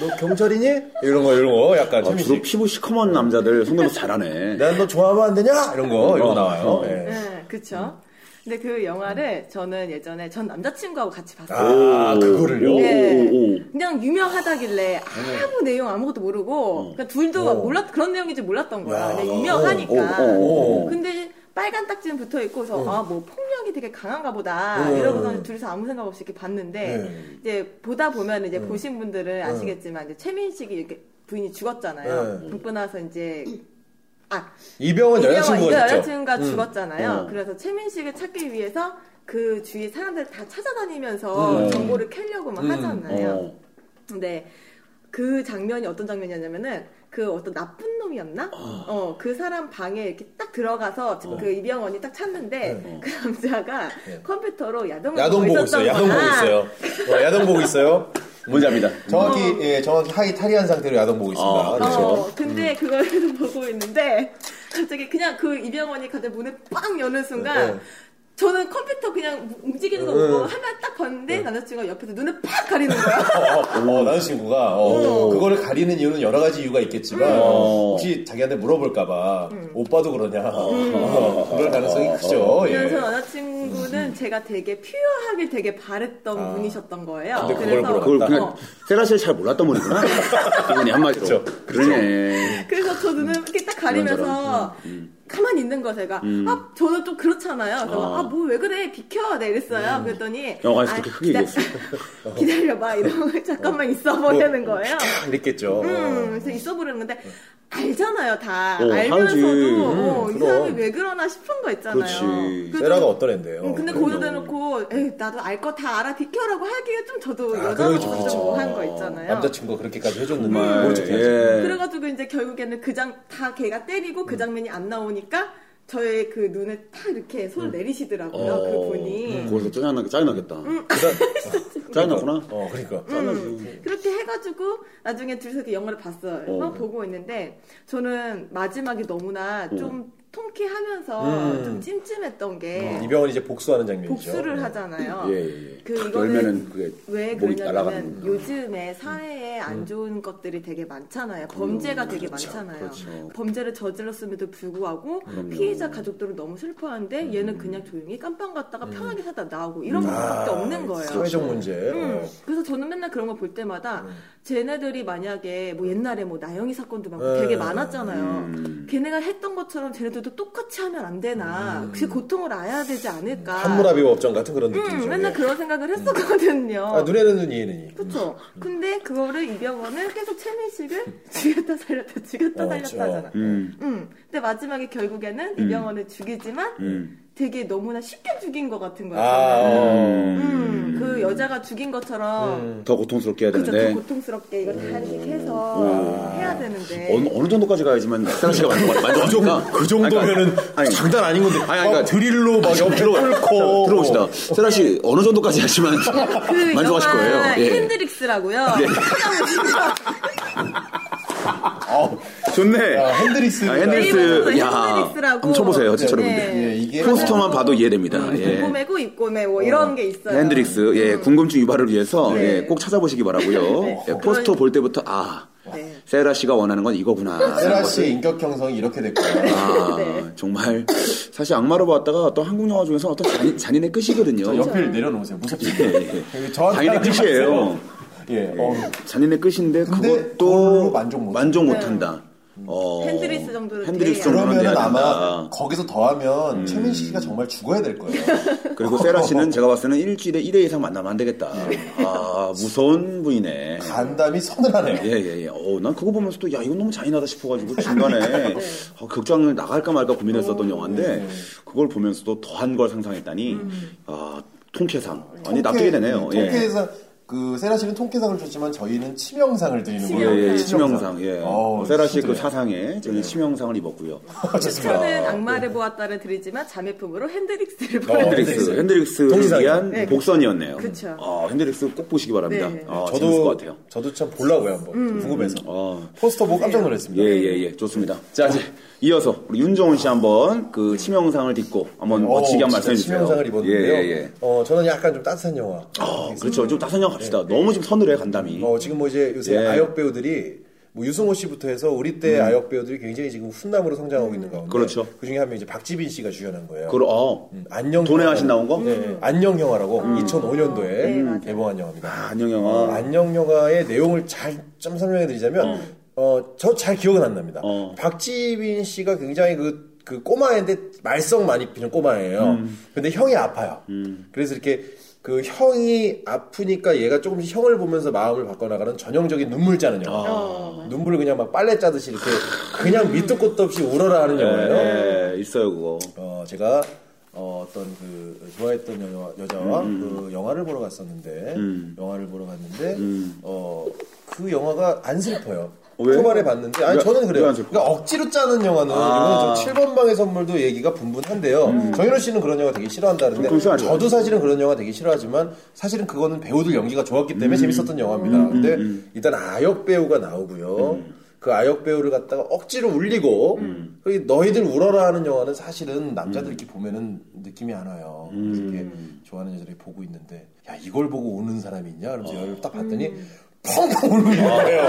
Speaker 2: 너 경찰이니? 이런 거 이런 거 약간
Speaker 1: 아, 주로
Speaker 2: 재밌지.
Speaker 1: 피부 시커먼 남자들 성대모사 잘하네.
Speaker 2: 난 너 좋아하면 안 되냐? 이런 거 이런 거
Speaker 1: 어,
Speaker 2: 나와요.
Speaker 1: 어.
Speaker 2: 예.
Speaker 3: 네, 그쵸. 근데 그 영화를 저는 예전에 전 남자친구하고 같이 봤어요.
Speaker 2: 아 그거를요?
Speaker 1: 오,
Speaker 3: 예.
Speaker 1: 오, 오.
Speaker 3: 그냥 유명하다길래 아무 내용 아무것도 모르고 그냥 둘도
Speaker 2: 어.
Speaker 3: 몰랐 그런 내용인지 몰랐던
Speaker 2: 야.
Speaker 3: 거야. 그냥
Speaker 1: 오,
Speaker 3: 유명하니까.
Speaker 1: 오, 오.
Speaker 3: 근데 빨간 딱지는 붙어 있고 그래서 아 뭐 폭력이 되게 강한가 보다
Speaker 2: 어.
Speaker 3: 이러고서는 둘이서 아무 생각 없이 이렇게 봤는데
Speaker 2: 네.
Speaker 3: 이제 보다 보면 이제 보신 분들은 아시겠지만 이제 최민식이 이렇게 부인이 죽었잖아요.
Speaker 2: 네.
Speaker 3: 죽고 나서 이제 아
Speaker 2: 이병헌
Speaker 3: 이병헌,
Speaker 2: 여자친구가 있죠. 음.
Speaker 3: 여자친구가 죽었잖아요.
Speaker 1: 어.
Speaker 3: 그래서 최민식을 찾기 위해서 그 주위 사람들 다 찾아다니면서
Speaker 2: 음.
Speaker 3: 정보를 캐려고 막 하잖아요.
Speaker 1: 어.
Speaker 3: 근데 그 장면이 어떤 장면이었냐면은 그 어떤 나쁜 놈이었나?
Speaker 2: 아.
Speaker 3: 어, 그 사람 방에 이렇게 딱 들어가서 그 이병헌이 딱 찾는데 그 남자가 컴퓨터로 야동을
Speaker 2: 네. 야동
Speaker 3: 보고
Speaker 2: 보고
Speaker 3: 있었던
Speaker 2: 있어요. 야동 보고
Speaker 3: 거야.
Speaker 2: 있어요. 어, 야동 보고 있어요.
Speaker 1: 뭔지 압니다.
Speaker 2: 정확히 예, 정확히 하이 탈의한 상태로 야동 보고 있습니다.
Speaker 1: 아, 그렇죠.
Speaker 3: 어,
Speaker 2: 음.
Speaker 3: 근데 그걸 계속 보고 있는데 갑자기 그냥 그 이병헌이 갑자기 문을 빵 여는 순간
Speaker 2: 네.
Speaker 3: 저는 컴퓨터 그냥 우- 움직이는 거 보고 화면 딱 봤는데
Speaker 2: 네.
Speaker 3: 남자친구가 옆에서 눈을 팍 가리는 거야. 음.
Speaker 2: 어, 남자친구가 어, 그거를 가리는 이유는 여러 가지 이유가 있겠지만
Speaker 1: 음.
Speaker 2: 혹시 자기한테 물어볼까봐
Speaker 3: 음.
Speaker 2: 오빠도 그러냐 어, 그럴 가능성이 크죠. 예.
Speaker 3: 그래서
Speaker 2: 음.
Speaker 3: 남자친구는 제가 되게 퓨어하길 되게 바랬던 분이셨던 거예요.
Speaker 2: 아. 근데 그걸
Speaker 3: 그래서
Speaker 2: 보러
Speaker 1: 그걸 그냥
Speaker 3: 어,
Speaker 1: 세라 씨를 잘 몰랐던 분이구나. 그분이 한마디로. 그러네.
Speaker 3: 그래서 저 눈을 이렇게 딱 가리면서
Speaker 1: 음,
Speaker 3: 가만히 있는 거 제가 아 저는 좀 그렇잖아요. 그래서
Speaker 1: 아. 음.
Speaker 3: 아 뭐 왜 그래 비켜 네 이랬어요. 그랬더니
Speaker 1: 영화에서
Speaker 3: 아,
Speaker 1: 그렇게 크게
Speaker 3: 기다-
Speaker 1: 얘기했어요.
Speaker 3: 기다려봐 이러고 잠깐만 있어보려는 거예요.
Speaker 2: 이랬겠죠.
Speaker 3: 음, 그래서 있어보려는 건데 알잖아요 다
Speaker 1: 어,
Speaker 3: 알면서도
Speaker 1: 알지. 음,
Speaker 3: 어, 이
Speaker 2: 그럼.
Speaker 3: 사람이 왜 그러나 싶은 거 있잖아요.
Speaker 1: 그렇지.
Speaker 3: 그래도-
Speaker 2: 세라가 어떤 애인데요.
Speaker 3: 음, 근데 거기다 대놓고 에이, 나도 알 거 다 알아 비켜라고 하기에 좀 저도
Speaker 2: 아,
Speaker 3: 여자로서
Speaker 2: 그렇죠.
Speaker 3: 좀 뭐한 거 있잖아요. 음.
Speaker 2: 남자친구가 그렇게까지 해줬는데
Speaker 1: 정말,
Speaker 3: 그렇죠.
Speaker 2: 모른 척해야지.
Speaker 1: 예.
Speaker 3: 그래가지고 이제 결국에는 그 장 다 걔가 때리고 그 장면이 안 나오니까 저의 그 눈에 탁 이렇게 손을
Speaker 1: 어.
Speaker 3: 내리시더라고요 아, 그분이. 음.
Speaker 1: 거기서 음, 짜증나, 짜증나겠다. 짜증났구나.
Speaker 2: 어, 그러니까.
Speaker 3: 그렇게 해가지고 나중에 둘이서 그 영화를 봤어요.
Speaker 1: 어.
Speaker 3: 막 보고 있는데 저는 마지막이 너무나 좀 통쾌하면서
Speaker 2: 음.
Speaker 3: 좀 찜찜했던 게
Speaker 2: 이병헌이 이제 복수하는 장면이죠.
Speaker 3: 복수를 하잖아요.
Speaker 1: 예, 예, 예.
Speaker 3: 그
Speaker 1: 탁
Speaker 3: 이거는
Speaker 1: 열면은 그게
Speaker 3: 왜
Speaker 1: 목이 날아가는 음.
Speaker 3: 그러냐면
Speaker 1: 거구나.
Speaker 3: 요즘에 사회에 안 좋은 것들이 되게 많잖아요. 범죄가 되게 많잖아요.
Speaker 1: 음, 그렇죠.
Speaker 3: 범죄를 저질렀음에도 불구하고 피해자 가족들은 너무 슬퍼하는데
Speaker 1: 음.
Speaker 3: 얘는 그냥 조용히 깜빵 갔다가 편하게 살다 나오고 이런 것밖에
Speaker 1: 아,
Speaker 3: 없는 거예요.
Speaker 2: 아, 사회적 문제.
Speaker 3: 음,
Speaker 2: 어.
Speaker 3: 그래서 저는 맨날 그런 거 볼
Speaker 1: 음.
Speaker 3: 때마다 쟤네들이 만약에 뭐 옛날에 뭐 나영이 사건도 많고
Speaker 2: 네.
Speaker 3: 되게 많았잖아요.
Speaker 1: 음.
Speaker 3: 걔네가 했던 것처럼 쟤네도 분들도 똑같이 하면 안
Speaker 1: 음.
Speaker 3: 되나 그 고통을 알아야 되지 않을까
Speaker 2: 한무라비 업장 같은 그런
Speaker 3: 음,
Speaker 2: 느낌이죠. 예.
Speaker 3: 맨날 그런 생각을 했었거든요
Speaker 2: 아, 눈에는 눈, 이에는 이.
Speaker 3: 그쵸
Speaker 1: 음.
Speaker 3: 근데 그거를 이병헌은 계속 최민식을 죽였다 살렸다 죽였다
Speaker 2: 어, 저-
Speaker 3: 살렸다 하잖아
Speaker 1: 음,
Speaker 3: 음, 근데 마지막에 결국에는 이병헌을 죽이지만
Speaker 1: 음.
Speaker 3: 되게 너무나 쉽게 죽인 것 같은 거야
Speaker 2: 아, 어.
Speaker 3: 음, 그 여자가 죽인 것처럼
Speaker 1: 더 고통스럽게 해야
Speaker 3: 그죠
Speaker 1: 되는데
Speaker 3: 그렇죠. 더 고통스럽게 이걸 다 이렇게 해서 해야 되는데
Speaker 1: 아. 어느, 어느 정도까지 가야지만 상씨가 만족, 만족합니까?
Speaker 4: 그 정도면은 장난 아닌 건데.
Speaker 1: 아니,
Speaker 2: 어,
Speaker 1: 그러니까-
Speaker 4: 막 드릴로 막 옆으로 뚫고
Speaker 1: 들어오시다. 세라 씨 어느 정도까지 하시면
Speaker 3: 그
Speaker 1: 만족하실 거예요.
Speaker 3: 영화
Speaker 1: 예.
Speaker 3: 핸드릭스라고요
Speaker 1: 좋네.
Speaker 2: 아, 핸드릭스.
Speaker 1: 아, 핸드릭스,
Speaker 3: 게임에서도
Speaker 1: 야,
Speaker 3: 핸드릭스라고.
Speaker 1: 한번 쳐보세요, 진짜로
Speaker 3: 네.
Speaker 1: 근데.
Speaker 2: 예, 이게
Speaker 1: 포스터만 봐도 이해됩니다.
Speaker 3: 음,
Speaker 1: 예.
Speaker 3: 고매고 입고매 뭐 이런 게 있어요
Speaker 1: 핸드릭스, 예, 궁금증 유발을 위해서
Speaker 3: 음. 네.
Speaker 1: 예, 꼭 찾아보시기 바라고요.
Speaker 3: 네.
Speaker 1: 예, 포스터 볼 때부터 아,
Speaker 3: 네.
Speaker 1: 세라 씨가 원하는 건 이거구나.
Speaker 2: 세라 씨의 인격 형성이 이렇게 됐구나.
Speaker 1: 아,
Speaker 3: 네.
Speaker 1: 정말 사실 악마로 봤다가 또 한국 영화 중에서 어떤 잔인, 잔인의 끝이거든요.
Speaker 2: 저 옆을 내려놓으세요. 무섭지.
Speaker 1: 예, 예.
Speaker 2: 저한테
Speaker 1: 잔인의
Speaker 2: 하지
Speaker 1: 끝이에요.
Speaker 2: 마세요. 예. 어.
Speaker 1: 잔인의 끝인데
Speaker 2: 근데
Speaker 1: 그것도
Speaker 2: 그걸로 만족 못
Speaker 1: 한다. 어,
Speaker 3: 핸드릭스 네. 정도로
Speaker 1: 핸드릭스
Speaker 3: 돼야.
Speaker 1: 정도는 돼야
Speaker 2: 그러면은
Speaker 1: 된다. 음.
Speaker 2: 아마 거기서 더하면 최민식 씨가 정말 죽어야 될 거예요.
Speaker 1: 그리고 세라 씨는 제가 봤을 때는 일주일에 1회 이상 만나면 안 되겠다.
Speaker 2: 네.
Speaker 1: 아, 무서운 부인에.
Speaker 2: 간담이 서늘하네요.
Speaker 1: 예, 예, 예. 어, 난 그거 보면서 또, 야, 이건 너무 잔인하다 싶어가지고, 중간에, 어, 극장을 나갈까 말까 고민했었던 영화인데, 그걸 보면서도 더한 걸 상상했다니, 아, 통쾌상. 아니, 납득이 되네요.
Speaker 2: 음,
Speaker 1: 예.
Speaker 2: 통쾌상 그 세라 씨는 통쾌상을 줬지만 저희는 치명상을 드리는
Speaker 1: 예,
Speaker 2: 거예요.
Speaker 1: 예, 치명상. 예.
Speaker 2: 어우,
Speaker 1: 세라 씨 그
Speaker 2: 힘드네요.
Speaker 1: 사상에 저는 치명상을 입었고요.
Speaker 2: 좋습니다.
Speaker 1: 아,
Speaker 3: 저는
Speaker 1: 네.
Speaker 3: 악마를 보았다를 드리지만 자매품으로 핸드릭스를
Speaker 2: 어,
Speaker 3: 보았다
Speaker 1: 핸드릭스,
Speaker 2: 핸드릭스.
Speaker 1: 핸드릭스를
Speaker 2: 통지상이요.
Speaker 1: 위한
Speaker 3: 네,
Speaker 1: 복선이었네요.
Speaker 3: 그쵸.
Speaker 1: 아, 핸드릭스 꼭 보시기 바랍니다.
Speaker 3: 네.
Speaker 1: 아, 저도 재밌을 것
Speaker 2: 저도
Speaker 1: 같아요.
Speaker 2: 저도 참 보려고요 한번 궁금해서
Speaker 1: 어.
Speaker 2: 포스터 보고 깜짝 놀랐습니다.
Speaker 1: 예, 예, 예. 좋습니다. 자, 이제 이어서 우리 윤정훈 씨 한번 그 치명상을 딛고 한번
Speaker 2: 어,
Speaker 1: 멋지게 한
Speaker 2: 진짜
Speaker 1: 말씀해 주세요.
Speaker 2: 치명상을 입었는데요.
Speaker 1: 예, 예, 예.
Speaker 2: 어, 저는 약간 좀 따뜻한 영화.
Speaker 1: 어, 그렇죠. 좀 따선영 갑시다. 너무 지금 서늘해, 간담이.
Speaker 2: 네. 어, 지금 뭐 이제 요새
Speaker 1: 예. 음.
Speaker 2: 아역 배우들이 뭐 유승호 씨부터 해서 우리 때 아역 배우들이 굉장히 지금 훈남으로 성장하고 있는 가운데
Speaker 1: 그렇죠.
Speaker 2: 그 중에 한 명 이제 박지빈 씨가 주연한 거예요.
Speaker 1: 그러, 어.
Speaker 2: 음. 안녕
Speaker 1: 돈에 하신 나온 거? 음.
Speaker 2: 네, 네. 안녕 영화라고 2005년도에 개봉한
Speaker 1: 아,
Speaker 2: 영화입니다.
Speaker 1: 안녕
Speaker 2: 어,
Speaker 1: 영화.
Speaker 2: 안녕 영화의 내용을 잘 좀 설명해 드리자면 어, 저 잘 기억은 안 납니다.
Speaker 1: 음. 어.
Speaker 2: 박지빈 씨가 굉장히 그 그 꼬마인데 말썽 많이 피는 꼬마예요.
Speaker 1: 음.
Speaker 2: 근데 형이 아파요. 그래서 이렇게 그 형이 아프니까 얘가 조금씩 형을 보면서 마음을 바꿔나가는 전형적인 눈물 짜는
Speaker 1: 아.
Speaker 2: 영화. 눈물을 그냥 막 빨래 짜듯이 이렇게 그냥
Speaker 1: 음.
Speaker 2: 밑도 끝도 없이 울어라 하는 영화예요.
Speaker 1: 예, 있어요, 그거.
Speaker 2: 어, 제가 어, 어떤 그 좋아했던 여, 여자와
Speaker 1: 음,
Speaker 2: 그 영화를 보러 갔었는데 영화를 보러 갔는데 어, 그 영화가 안 슬퍼요.
Speaker 1: 음. 어, 왜?
Speaker 2: 초반에 봤는데 아니
Speaker 1: 왜-
Speaker 2: 저는
Speaker 1: 왜
Speaker 2: 그래요.
Speaker 1: 안 슬퍼? 아.
Speaker 2: 그러니까 억지로 짜는 영화는 이거는 좀 7번 방의 선물도 얘기가 분분한데요. 정현우 씨는 그런 영화 되게 싫어한다는데
Speaker 1: 음. 그건 싫어하죠.
Speaker 2: 저도 사실은 그런 영화 되게 싫어하지만 사실은 그거는 배우들 연기가 좋았기
Speaker 1: 음.
Speaker 2: 때문에 재밌었던 영화입니다. 근데 일단 아역 배우가 나오고요. 그 아역 배우를 갖다가 억지로 울리고
Speaker 1: 음.
Speaker 2: 그 너희들 울어라 하는 영화는 사실은 남자들끼리 보면은 느낌이 안 와요. 그래서 이렇게
Speaker 1: 음.
Speaker 2: 좋아하는 여자들이 보고 있는데 야 이걸 보고 우는 사람이 있냐? 그러면서 여를 딱 봤더니 펑펑 울고 있는
Speaker 1: 아.
Speaker 2: 거예요.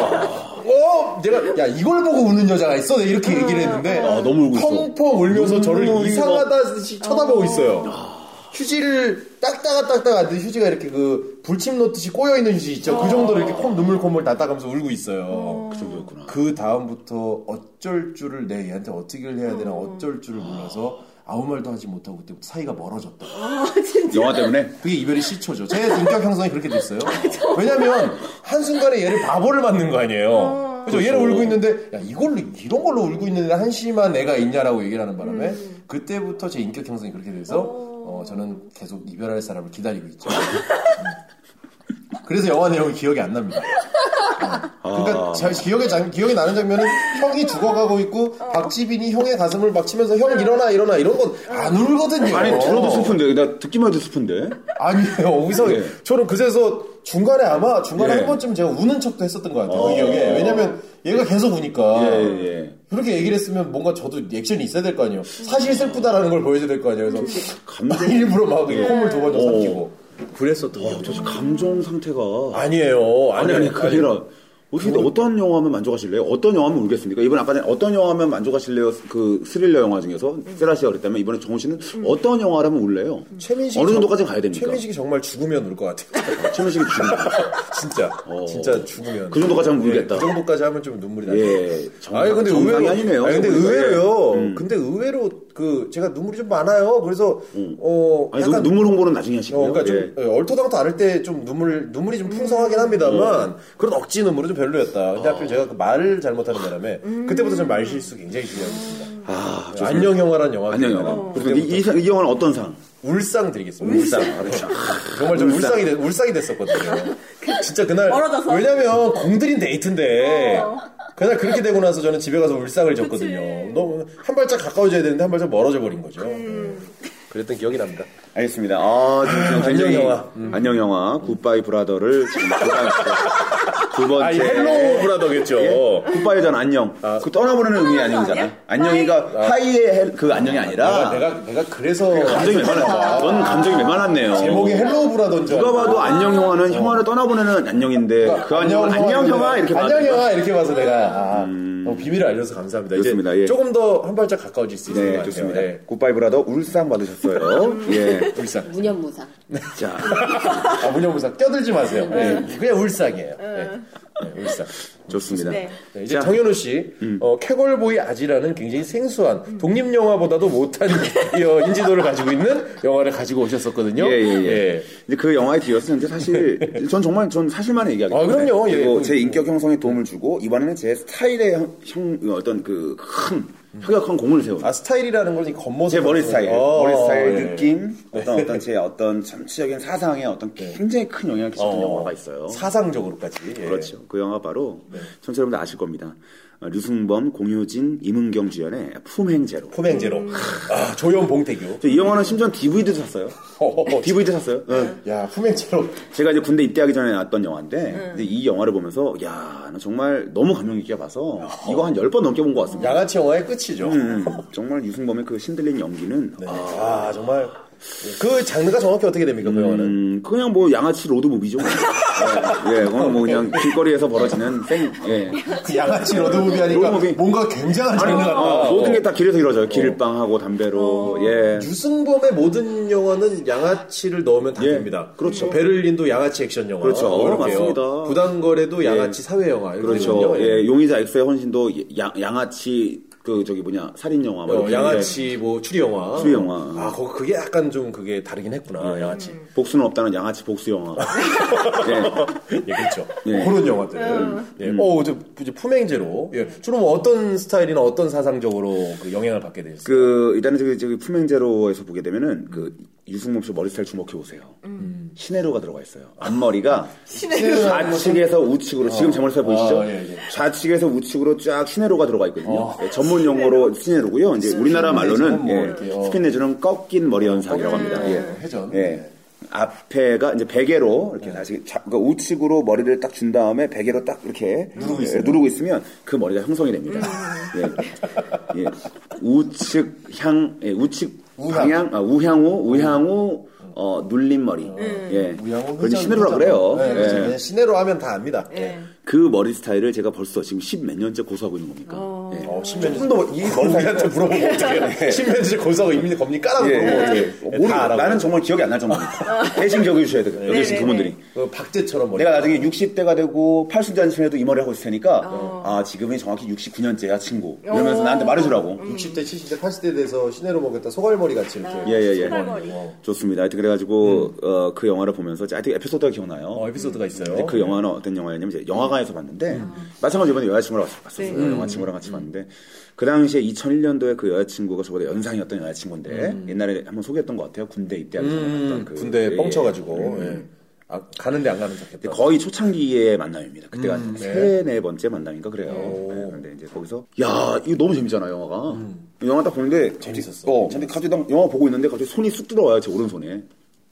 Speaker 2: 어, 내가 야 이걸 보고 우는 여자가 있어? 내가 이렇게 얘기를 했는데
Speaker 1: 아, 너무 울고 있어.
Speaker 2: 펑펑 울면서 저를
Speaker 1: 눈물이
Speaker 2: 이상하다듯이 쳐다보고 있어요.
Speaker 1: 아.
Speaker 2: 휴지를 닦다가 닦다가 하는데 휴지가 이렇게 그 불침 놓듯이 꼬여 있는 휴지 있죠. 그 정도로 이렇게 콧 눈물 콧물 닦아가면서 울고 있어요.
Speaker 1: 그 정도였구나.
Speaker 2: 그 다음부터 어쩔 줄을 내 얘한테 어떻게 해야 되나 어쩔 줄을 몰라서 아무 말도 하지 못하고 그때부터 사이가 멀어졌다.
Speaker 1: 영화 때문에?
Speaker 2: 그게 이별의 시초죠. 제 인격 형성이 그렇게 됐어요. 왜냐면 한순간에 얘를 바보를 만든 거 아니에요. 그죠? 얘를 울고 있는데 야 이걸로 이런 걸로 울고 있는 데 한심한 애가 있냐라고 얘기를 하는 바람에 그때부터 제 인격 형성이 그렇게 돼서 음. 어, 저는 계속 이별할 사람을 기다리고 있죠. 음. 그래서 영화 내용이 기억이 안 납니다. 그러니까
Speaker 1: 아.
Speaker 2: 잘 기억에 장- 기억에 나는 장면은 형이 죽어가고 있고 박지빈이 형의 가슴을 막 치면서 형 일어나 일어나 이런 건 안 울거든요.
Speaker 1: 아니, 들어도 슬픈데. 나 듣기만 해도 슬픈데.
Speaker 2: 아니에요. 어디서
Speaker 1: 예.
Speaker 2: 저는 그제서 중간에 아마 중간에
Speaker 1: 예. 어.
Speaker 2: 한 번쯤 제가 우는 척도 했었던 것 같아요. 그 기억에 왜냐면 얘가 계속 우니까
Speaker 1: 예, 예.
Speaker 2: 그렇게 얘기를 했으면 뭔가 저도 액션이 있어야 될 거 아니에요. 사실 슬프다라는 걸 보여줘야 될 거 아니에요. 그래서
Speaker 1: 감정,
Speaker 2: 일부러 막
Speaker 1: 예.
Speaker 2: 콧물 두
Speaker 1: 어.
Speaker 2: 번 좀 삼키고 그랬었던
Speaker 1: 와,
Speaker 2: 기억이
Speaker 1: 도대체 아, 감정 상태가.
Speaker 2: 아니에요.
Speaker 1: 아니, 아니, 그게 아니라, 뭐 어떻게 어떤 영화 하면 만족하실래요? 어떤 영화 하면 울겠습니까? 이번 아까 전에 어떤 영화 하면 만족하실래요? 그 스릴러 영화 중에서 세라 씨가 그랬다면 이번에 정우 씨는 어떤 영화를 하면 울래요?
Speaker 2: 최민식
Speaker 1: 어느 음. 정도까지 가야 됩니까?
Speaker 2: 최민식이 정말 죽으면 울 것 같아요.
Speaker 1: 최민식이 죽는
Speaker 2: 진짜
Speaker 1: 어.
Speaker 2: 진짜 죽으면
Speaker 1: 그 정도까지 하면
Speaker 2: 예,
Speaker 1: 울겠다.
Speaker 2: 그 정도까지 하면 좀 눈물이 나.
Speaker 1: 예, 정상-
Speaker 2: 아니 근데
Speaker 1: 정상이
Speaker 2: 의외로
Speaker 1: 아니네요.
Speaker 2: 아니, 근데
Speaker 1: 정말.
Speaker 2: 의외로요.
Speaker 1: 예. 음.
Speaker 2: 근데 의외로 그 제가 눈물이 좀 많아요. 그래서 어
Speaker 1: 음. 아니 눈- 눈물 홍보는 나중에
Speaker 2: 어,
Speaker 1: 하시고요.
Speaker 2: 그러니까
Speaker 1: 예. 음.
Speaker 2: 좀 예, 얼토당토 않을 때 좀 눈물 눈물이 좀 풍성하긴 합니다만 그런 억지 눈물은 좀 별로였다. 근데
Speaker 1: 아.
Speaker 2: 하필 제가 그 말을 잘못하는 바람에 그때부터 저는 말 실수 굉장히 중요하고 있습니다.
Speaker 1: 음.
Speaker 2: 예,
Speaker 1: 아, 좋습니다.
Speaker 2: 안녕 영화라는 영화.
Speaker 1: 안녕 영화. 어. 그러면 이, 이, 상- 이 영화는 어떤 상?
Speaker 2: 울상 드리겠습니다. 울상. 아, 그렇죠. 정말 좀
Speaker 1: 울상.
Speaker 2: 울상이, 되- 울상이 됐었거든요. 진짜 그날.
Speaker 3: 멀어져서?
Speaker 2: 왜냐면 공들인 데이트인데.
Speaker 3: 어.
Speaker 2: 그날 그렇게 되고 나서 저는 집에 가서 울상을 졌거든요.
Speaker 3: 그치.
Speaker 2: 너무 한 발짝 가까워져야 되는데 한 발짝 멀어져 버린 거죠.
Speaker 3: 음.
Speaker 2: 네. 그랬던 기억이 납니다.
Speaker 1: 알겠습니다. 아, 지금 굉장히 음.
Speaker 2: 안녕 영화.
Speaker 1: 안녕 영화 굿바이 브라더를 지금 두 번째. 두 번째.
Speaker 2: 아니, 헬로우 브라더겠죠.
Speaker 1: 예? 굿바이 전 안녕. 그 떠나보내는 의미
Speaker 3: 떠나보내는 거
Speaker 1: 안녕이잖아.
Speaker 3: 아니야?
Speaker 1: 안녕이가 하이의 헬- 그 안녕이
Speaker 2: 내가,
Speaker 1: 아니라
Speaker 2: 내가, 내가 그래서.
Speaker 1: 감정이 메말랐어. 전 감정이 메말랐네요.
Speaker 2: 제목이 헬로우 브라더인지.
Speaker 1: 누가 봐도 안녕 형아는 형아를 떠나보내는 안녕인데 그 안녕은 안녕 형아 이렇게 봐도
Speaker 2: 안녕 형아 이렇게 봐서 내가 아, 어, 비밀을 알려서 감사합니다.
Speaker 1: 좋습니다.
Speaker 2: 이제
Speaker 1: 예.
Speaker 2: 조금 더 한 발짝 가까워질 수 있을 것
Speaker 1: 네,
Speaker 2: 같아요.
Speaker 1: 좋습니다.
Speaker 2: 예.
Speaker 1: 굿바이 브라더 울상 받으셨어요. 예.
Speaker 2: 울상.
Speaker 5: 무념무상.
Speaker 1: 자,
Speaker 2: 아, 무념무상 껴들지 마세요. 예, 그냥 울상이에요. 예, 예, 울상.
Speaker 1: 좋습니다.
Speaker 3: 네.
Speaker 2: 네, 이제 정현우 씨,
Speaker 1: 음.
Speaker 2: 어, 캐걸보이 아지라는 굉장히 생소한 독립 영화보다도 못한 이, 어, 인지도를 가지고 있는 영화를 가지고 오셨었거든요.
Speaker 1: 예, 예, 예.
Speaker 2: 예.
Speaker 1: 이제 그 영화의 뒤였었는데 사실 전 정말 전 사실만 얘기하기
Speaker 2: 아, 그럼요. 예.
Speaker 1: 그리고 제 인격 형성에 도움을 주고 이번에는 제 스타일의 형, 형- 어떤 그큰 혁혁한 공을 세운
Speaker 2: 아 스타일이라는 걸 겉모습.
Speaker 1: 제 머리 스타일,
Speaker 2: 어,
Speaker 1: 머리 스타일
Speaker 2: 예.
Speaker 1: 느낌, 어떤 어떤 제 어떤 전체적인 사상에 어떤 굉장히 큰 영향을 끼쳤던 영화가 있어요.
Speaker 2: 사상적으로까지. 예.
Speaker 1: 그렇죠. 그 영화 바로 청취자 여러분들 아실 겁니다. 어, 류승범, 공효진, 임은경 주연의 품행제로.
Speaker 2: 포맹제로. 아, 조연 봉태규.
Speaker 1: 저이 영화는 심지어 DVD도 샀어요.
Speaker 2: 어,
Speaker 1: DVD도 샀어요. 네.
Speaker 2: 야, 품행제로.
Speaker 1: 제가 이제 군대 입대하기 전에 나왔던 영화인데 이제 이 영화를 보면서 야, 나 정말 너무 감명 깊게 봐서 이거 한 10번 넘게 본 것 같습니다.
Speaker 2: 양아치 영화의 끝이죠.
Speaker 1: 음, 정말 유승범의 그 신들린 연기는
Speaker 2: 네.
Speaker 1: 아,
Speaker 2: 아, 정말. 그 장르가 정확히 어떻게 됩니까, 그 영화는?
Speaker 1: 음, 그냥 뭐 양아치 로드 무비죠. 예, 예, 그건 뭐 그냥 길거리에서 벌어지는 생, 예.
Speaker 2: 그 양아치 로드무비 하니까
Speaker 1: 로드무비.
Speaker 2: 뭔가 굉장한
Speaker 1: 아니,
Speaker 2: 장르 같다.
Speaker 1: 어, 모든 게 다 길에서 이루어져요. 길빵하고 담배로, 예.
Speaker 2: 유승범의 모든 영화는 양아치를 넣으면 다
Speaker 1: 예,
Speaker 2: 됩니다. 그렇죠. 베를린도 양아치 액션 영화.
Speaker 1: 그렇죠.
Speaker 2: 뭐 이렇게요.
Speaker 1: 맞습니다. 예.
Speaker 2: 부당거래도 양아치 사회 영화. 이렇게
Speaker 1: 그렇죠.
Speaker 2: 되거든요.
Speaker 1: 예, 용의자 엑스의 헌신도 양, 양아치, 그, 저기 뭐냐, 살인영화. 뭐
Speaker 2: 어,
Speaker 1: 이렇게
Speaker 2: 양아치 뭐 추리 영화.
Speaker 1: 추리 영화. 예.
Speaker 2: 아, 거 그게 약간 좀 그게 다르긴 했구나. 양아치.
Speaker 1: 있는데 복수는 없다는 양아치 복수영화.
Speaker 2: 예, 그렇죠.
Speaker 1: 예.
Speaker 2: 그런 영화들. 예. 어, 이제, 이제 품행제로. 예. 주로 뭐 어떤 스타일이나 어떤 사상적으로 그 영향을 받게 되셨어요?
Speaker 1: 그, 일단은 저기, 저기 품행제로에서 보게 되면은, 그, 유승범 씨 머리 스타일 주목해보세요. 시네로가 들어가 있어요. 앞머리가 좌측에서 우측으로, 지금 제 머리 스타일 보이시죠?
Speaker 2: 아, 예, 예.
Speaker 1: 좌측에서 우측으로 쫙 시네로가 들어가 있거든요. 예, 전문 용어로 시네로고요. 이제 우리나라 말로는
Speaker 2: 뭐
Speaker 1: 예,
Speaker 2: 이렇게, 어.
Speaker 1: 스핀 내주는 꺾인 머리 현상이라고
Speaker 2: 음.
Speaker 1: 합니다. 예.
Speaker 2: 회전.
Speaker 1: 예. 앞에가 이제 베개로 이렇게 다시 좌- 그러니까 우측으로 머리를 딱 준 다음에 베개로 딱 이렇게 누르고, 예, 누르고 있으면 그 머리가 형성이 됩니다. 예. 예. 우측 향, 예, 우측
Speaker 2: 우향.
Speaker 1: 방향, 아, 우향우, 우향우, 어, 눌린 머리. 예. 그걸 이제 시네로라 그래요.
Speaker 2: 네, 그렇죠.
Speaker 1: 예.
Speaker 2: 그냥 시내로 하면 다 압니다. 예.
Speaker 1: 그 머리 스타일을 제가 벌써 지금 십몇 년째 고수하고 있는 겁니까? 예.
Speaker 2: 어, 신면지. 더이 머리한테 물어보면 어떡해. 신면지 고사하고 입는 겁니까라고
Speaker 1: 예,
Speaker 2: 물어보면
Speaker 1: 예,
Speaker 2: 어떡해.
Speaker 1: 예.
Speaker 2: 예,
Speaker 1: 모르-
Speaker 2: 다 알아.
Speaker 1: 나는 정말 기억이 안 날 정도입니다. 대신 기억해 주셔야 돼요. 여기신
Speaker 3: 네,
Speaker 1: 부모들이.
Speaker 3: 네.
Speaker 2: 그 박제처럼 머리.
Speaker 1: 내가 나중에 60대가 되고 80잔치해도 이 머리 하고 있을 테니까
Speaker 3: 어.
Speaker 1: 아 지금이 정확히 69년째야 친구 이러면서 나한테 말해주라고
Speaker 3: 음.
Speaker 2: 60대, 70대, 80대 돼서 시내로 먹겠다 소갈머리 같이 이렇게.
Speaker 3: 아.
Speaker 1: 예예예 어.
Speaker 3: 소갈머리.
Speaker 1: 좋습니다 하여튼
Speaker 2: 음.
Speaker 1: 그래가지고 어, 그 영화를 보면서 하여튼 에피소드가 기억나요
Speaker 2: 어, 에피소드가 있어요. 음.
Speaker 1: 근데 그 영화는 어떤 영화였냐면 이제 영화관에서 봤는데 마찬가지로 이번에 여자친구랑 같이 봤었어요.
Speaker 2: 네.
Speaker 1: 네, 영화친구랑 같이 봤는데 그 당시에 2001년도에 그 여자친구가 저보다 연상이었던 여자친구인데
Speaker 2: 음.
Speaker 1: 옛날에 한번 소개했던 것 같아요. 군대 입대하기 전에 봤던 그
Speaker 2: 군대
Speaker 1: 예,
Speaker 2: 에 뻥쳐가지고. 예. 아, 가는데 안 가는 척했다. 아,
Speaker 1: 근데 거의 초창기의 만남입니다. 그때가
Speaker 2: 음.
Speaker 1: 세, 네 번째 만남인가 그래요. 네, 근데 이제 거기서, 야, 이거 너무 재밌잖아, 영화가. 영화 딱 보는데.
Speaker 2: 음. 재밌었어.
Speaker 1: 어, 근데 갑자기 딱 영화 보고 있는데 갑자기 손이 쑥 들어와요, 제 오른손에.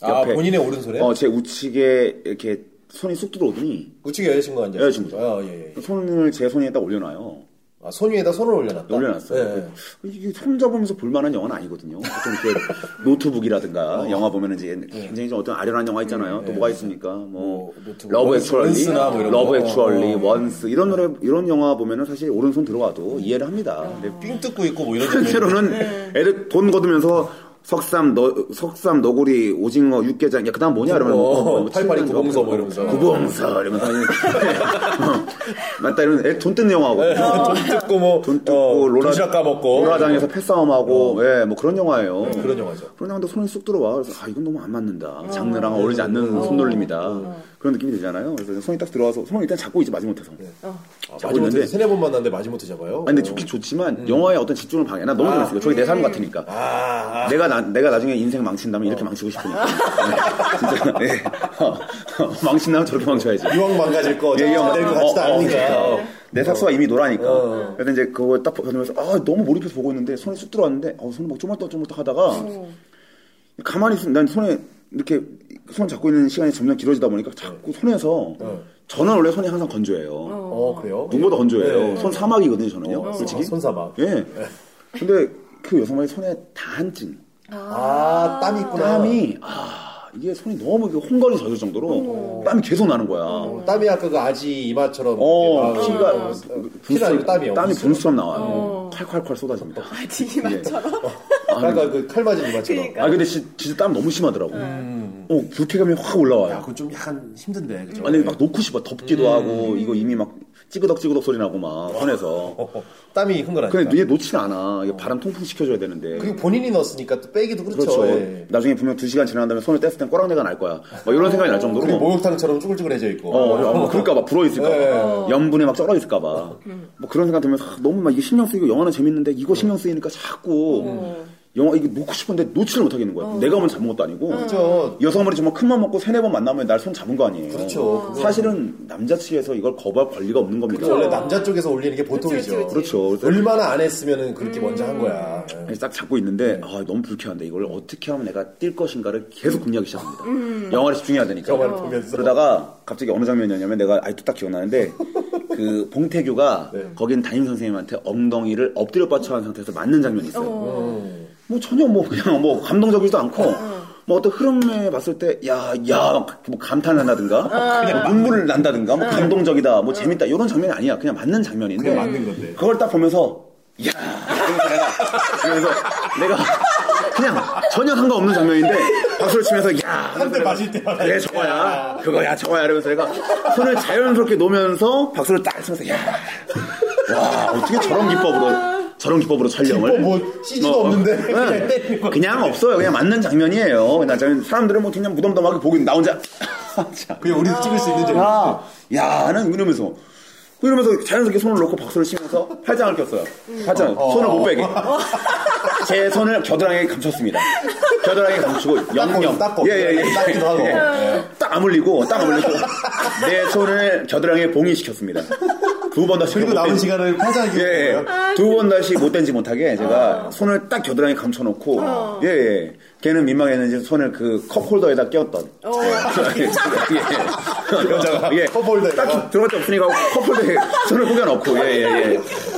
Speaker 2: 아, 본인의 오른손에?
Speaker 1: 어, 제 우측에 이렇게 손이 쑥 들어오더니
Speaker 2: 우측에 여자친구가 앉아.
Speaker 1: 여자친구죠.
Speaker 2: 아, 어, 예, 예.
Speaker 1: 손을 제 손에 딱 올려놔요.
Speaker 2: 아, 손 위에다 손을 올려놨다.
Speaker 1: 올려놨어요.
Speaker 2: 예.
Speaker 1: 이게 손잡으면서 볼만한 영화는 아니거든요. 보통 이렇게 노트북이라든가
Speaker 2: 어.
Speaker 1: 영화 보면 이제 굉장히 좀 어떤 아련한 영화 있잖아요. 또 뭐가 있습니까? 뭐,
Speaker 2: 네. 뭐, 노트북.
Speaker 1: 러브 액츄얼리,
Speaker 2: 원스나 뭐 이런
Speaker 1: 러브
Speaker 2: 거.
Speaker 1: 액츄얼리,
Speaker 2: 어.
Speaker 1: 원스 이런 노래 이런 영화 보면은 사실 오른손 들어와도 이해를 합니다. 근데
Speaker 2: 아.
Speaker 4: 삥 뜯고 있고 뭐 이런
Speaker 1: 실제로는
Speaker 2: 네.
Speaker 1: 애들 돈 거두면서 석삼 너 석삼 너구리 오징어 육개장 야 그다음 뭐냐 이러면
Speaker 2: 어,
Speaker 1: 뭐, 뭐
Speaker 2: 팔팔이
Speaker 1: 칠단
Speaker 2: 구봉서
Speaker 1: 거.
Speaker 2: 뭐 이러면서. 네.
Speaker 1: 구봉서 이러면서 어, 맞다 이러면 애돈 뜯는
Speaker 2: 네.
Speaker 1: 영화거든요.
Speaker 4: 돈 뜯고 뭐
Speaker 1: 어. 돈
Speaker 2: 어,
Speaker 1: 뜯고 롤라
Speaker 4: 도시락 까먹고
Speaker 1: 롤라장에서 어, 패싸움하고 예, 뭐 그런 영화예요.
Speaker 2: 음, 그런 영화죠.
Speaker 1: 그런 영화인데 손이 쑥 들어와. 그래서 아 이건 너무 안 맞는다. 장르랑 어울리지 어. 않는 손놀림이다. 그런 느낌이 들잖아요. 그래서 손이 딱 들어와서 손을 일단 잡고 이제 마지못해서.
Speaker 2: 아,
Speaker 1: 잡고
Speaker 2: 마지못해
Speaker 1: 있는데
Speaker 2: 세네 번 만났는데 마지못해 잡아요.
Speaker 1: 아니 근데 좋긴 좋지만 영화의 어떤 집중을 방해. 나 너무 그랬어. 저게 내 삶 같으니까.
Speaker 2: 아,
Speaker 1: 내가 나, 내가 나중에 인생 망친다면 이렇게 망치고 싶으니까. 네, 진짜. 네. 어, 망친다면 저렇게 망쳐야지.
Speaker 2: 아. 이왕 망가질 거,
Speaker 1: 예,
Speaker 2: 잘 될것 같지도
Speaker 1: 어, 어,
Speaker 2: 않으니까.
Speaker 1: 그러니까. 내 삭수가 이미 노라니까. 그래서 이제 그걸 딱 보면서 아, 너무 몰입해서 보고 있는데 손에 쑥 들어왔는데 어, 손을 막 쪼물떡쪼물떡 하다가 가만히 있으면 난 손에 이렇게 손 잡고 있는 시간이 점점 길어지다 어. 보니까 자꾸 손에서 저는 원래 손이 항상 건조해요.
Speaker 2: 어, 그래요?
Speaker 1: 눈보다 건조해요.
Speaker 2: 네.
Speaker 1: 손 사막이거든요, 저는요.
Speaker 2: 어,
Speaker 1: 솔직히.
Speaker 2: 손사막.
Speaker 1: 예. 근데 그 여성분이 손에 다한증
Speaker 2: 아, 땀이 있구나.
Speaker 1: 땀이 아 이게 손이 너무 그 홍거리 젖을 정도로 땀이 계속 나는 거야. 어,
Speaker 2: 땀이 아까 그 아지 이마처럼. 이렇게 막
Speaker 3: 어.
Speaker 1: 피가
Speaker 2: 피가 아니고 땀이요.
Speaker 1: 어, 땀이 분수처럼 나와요. 콸콸콸 쏟아집니다.
Speaker 3: 지마처럼
Speaker 2: 아까 그칼 맞은 이마처럼.
Speaker 3: 그러니까.
Speaker 1: 아 근데 시- 진짜 땀 너무 심하더라고.
Speaker 3: 네.
Speaker 1: 어 불쾌감이 확 올라와요.
Speaker 2: 야, 그건 음. 좀 약간 힘든데, 그죠?
Speaker 1: 아니 막 놓고 싶어 덥기도 하고 이거 이미 막 찌그덕찌그덕 소리 나고 막 손에서.
Speaker 2: 어, 어. 땀이 흥건하니까.
Speaker 1: 근데 이게 놓지 않아. 이게 바람 통풍 시켜줘야 되는데.
Speaker 2: 그리고 본인이 넣었으니까 또 빼기도 그러니까 그렇죠.
Speaker 1: 그렇죠.
Speaker 2: 예.
Speaker 1: 나중에 분명 2 시간 지난 다음에 손을 뗐을 땐 꼬랑내가 날 거야. 막 이런 생각이 날 정도로.
Speaker 2: 그리고 목욕탕처럼 쭈글쭈글해져 있고.
Speaker 1: 어, 어, 그럴까봐, 불어있을까봐.
Speaker 2: 네.
Speaker 1: 염분에 막 썰어있을까봐.
Speaker 2: 음.
Speaker 1: 뭐 그런 생각 들면서 아, 너무 막 이게 신경 쓰이고 영화는 재밌는데 이거 신경 쓰이니까 자꾸
Speaker 2: 음.
Speaker 1: 영화 이게 놓고 싶은데 놓지를 못하겠는 거야. 내가 오늘 잡은 것도 아니고.
Speaker 2: 어. 그렇죠.
Speaker 1: 이 여성분이 정말 큰 맘 먹고 세네 번 만나면 날 손 잡은 거 아니에요.
Speaker 2: 그렇죠. 그거-
Speaker 1: 사실은 남자 측에서 이걸 거부할 권리가 없는 겁니다.
Speaker 2: 원래 남자 쪽에서 올리는 게 보통이죠.
Speaker 3: 그치, 그치,
Speaker 1: 그렇죠. 그래서
Speaker 2: 얼마나 안 했으면 그렇게 먼저 한 거야. 예.
Speaker 1: 그래서 네, 딱 잡고 있는데 아, 너무 불쾌한데 이걸 어떻게 하면 내가 뛸 것인가를 계속 공략하기 시작합니다. 영화를 집중해야 되니까.
Speaker 2: 음. 영화를 보면서.
Speaker 1: 그러다가 갑자기 어느 장면이었냐면 내가 아직도 딱 기억나는데 그 봉태규가
Speaker 2: 네.
Speaker 1: 거긴 담임 선생님한테 엉덩이를 엎드려 뻗쳐한 상태에서 맞는 장면이 있어요. 뭐 전혀 뭐 그냥 뭐 감동적이지도 않고 뭐 어떤 흐름에 봤을 때 야 야뭐
Speaker 2: 어.
Speaker 1: 감탄한다든가 뭐 그냥 눈물 난다든가 뭐 감동적이다 뭐 재밌다 이런 장면이 아니야 그냥 맞는 장면인데
Speaker 2: 그냥 맞는 건데.
Speaker 1: 그걸 딱 보면서 야 이러면서 내가 그래서 내가 그냥 전혀 상관없는 장면인데 박수를 치면서 야
Speaker 2: 한대 맞을 때마다
Speaker 1: 그래 저거야 그거야 저거야 이러면서 내가 손을 자연스럽게 놓으면서 박수를 딱 치면서 야와 어떻게 저런 기법으로 저런 기법으로 촬영을
Speaker 2: 기법 뭐 CG 도 없는데 그냥
Speaker 1: 네.
Speaker 2: 때리는 거.
Speaker 1: 그냥 없어요 그냥 맞는 장면이에요 그냥 장면- 사람들은 뭐 그냥 무덤덤하게 보고 있는데 나 혼자 자,
Speaker 2: 그게 우리도 찍을 수 있는 점이
Speaker 1: 야, 야, 는 이러면서. 이러면서 자연스럽게 손을 놓고 박수를 치면서 팔짱을 꼈어요. 팔짱, 손을
Speaker 2: 어.
Speaker 1: 못 빼게. 제 손을 겨드랑이에 감췄습니다. 겨드랑이에 감추고, 영영.
Speaker 2: 닦고,
Speaker 1: 예, 예, 예.
Speaker 2: 닦기도 하고. 예.
Speaker 1: 딱 아물리고, 딱 아물리고, 내 손을 겨드랑이에 봉인시켰습니다. 두 번 다시.
Speaker 2: 그리고
Speaker 1: 못
Speaker 2: 남은
Speaker 1: 뺀지-
Speaker 2: 시간을 아, 화장하기
Speaker 1: 예,
Speaker 2: 위해
Speaker 1: 예. 두 번 다시 못 댄지 못하게 제가
Speaker 2: 아.
Speaker 1: 손을 딱 겨드랑이에 감춰놓고,
Speaker 2: 어.
Speaker 1: 예, 예. 걔는 민망했는지 손을 그 컵홀더에다 끼웠던.
Speaker 3: 어,
Speaker 1: 예. 예.
Speaker 2: 여자가
Speaker 1: 예.
Speaker 2: 컵홀더에
Speaker 1: 딱 들어갈 데 없으니까 컵홀더에 손을 꾸겨 넣고, 예, 예,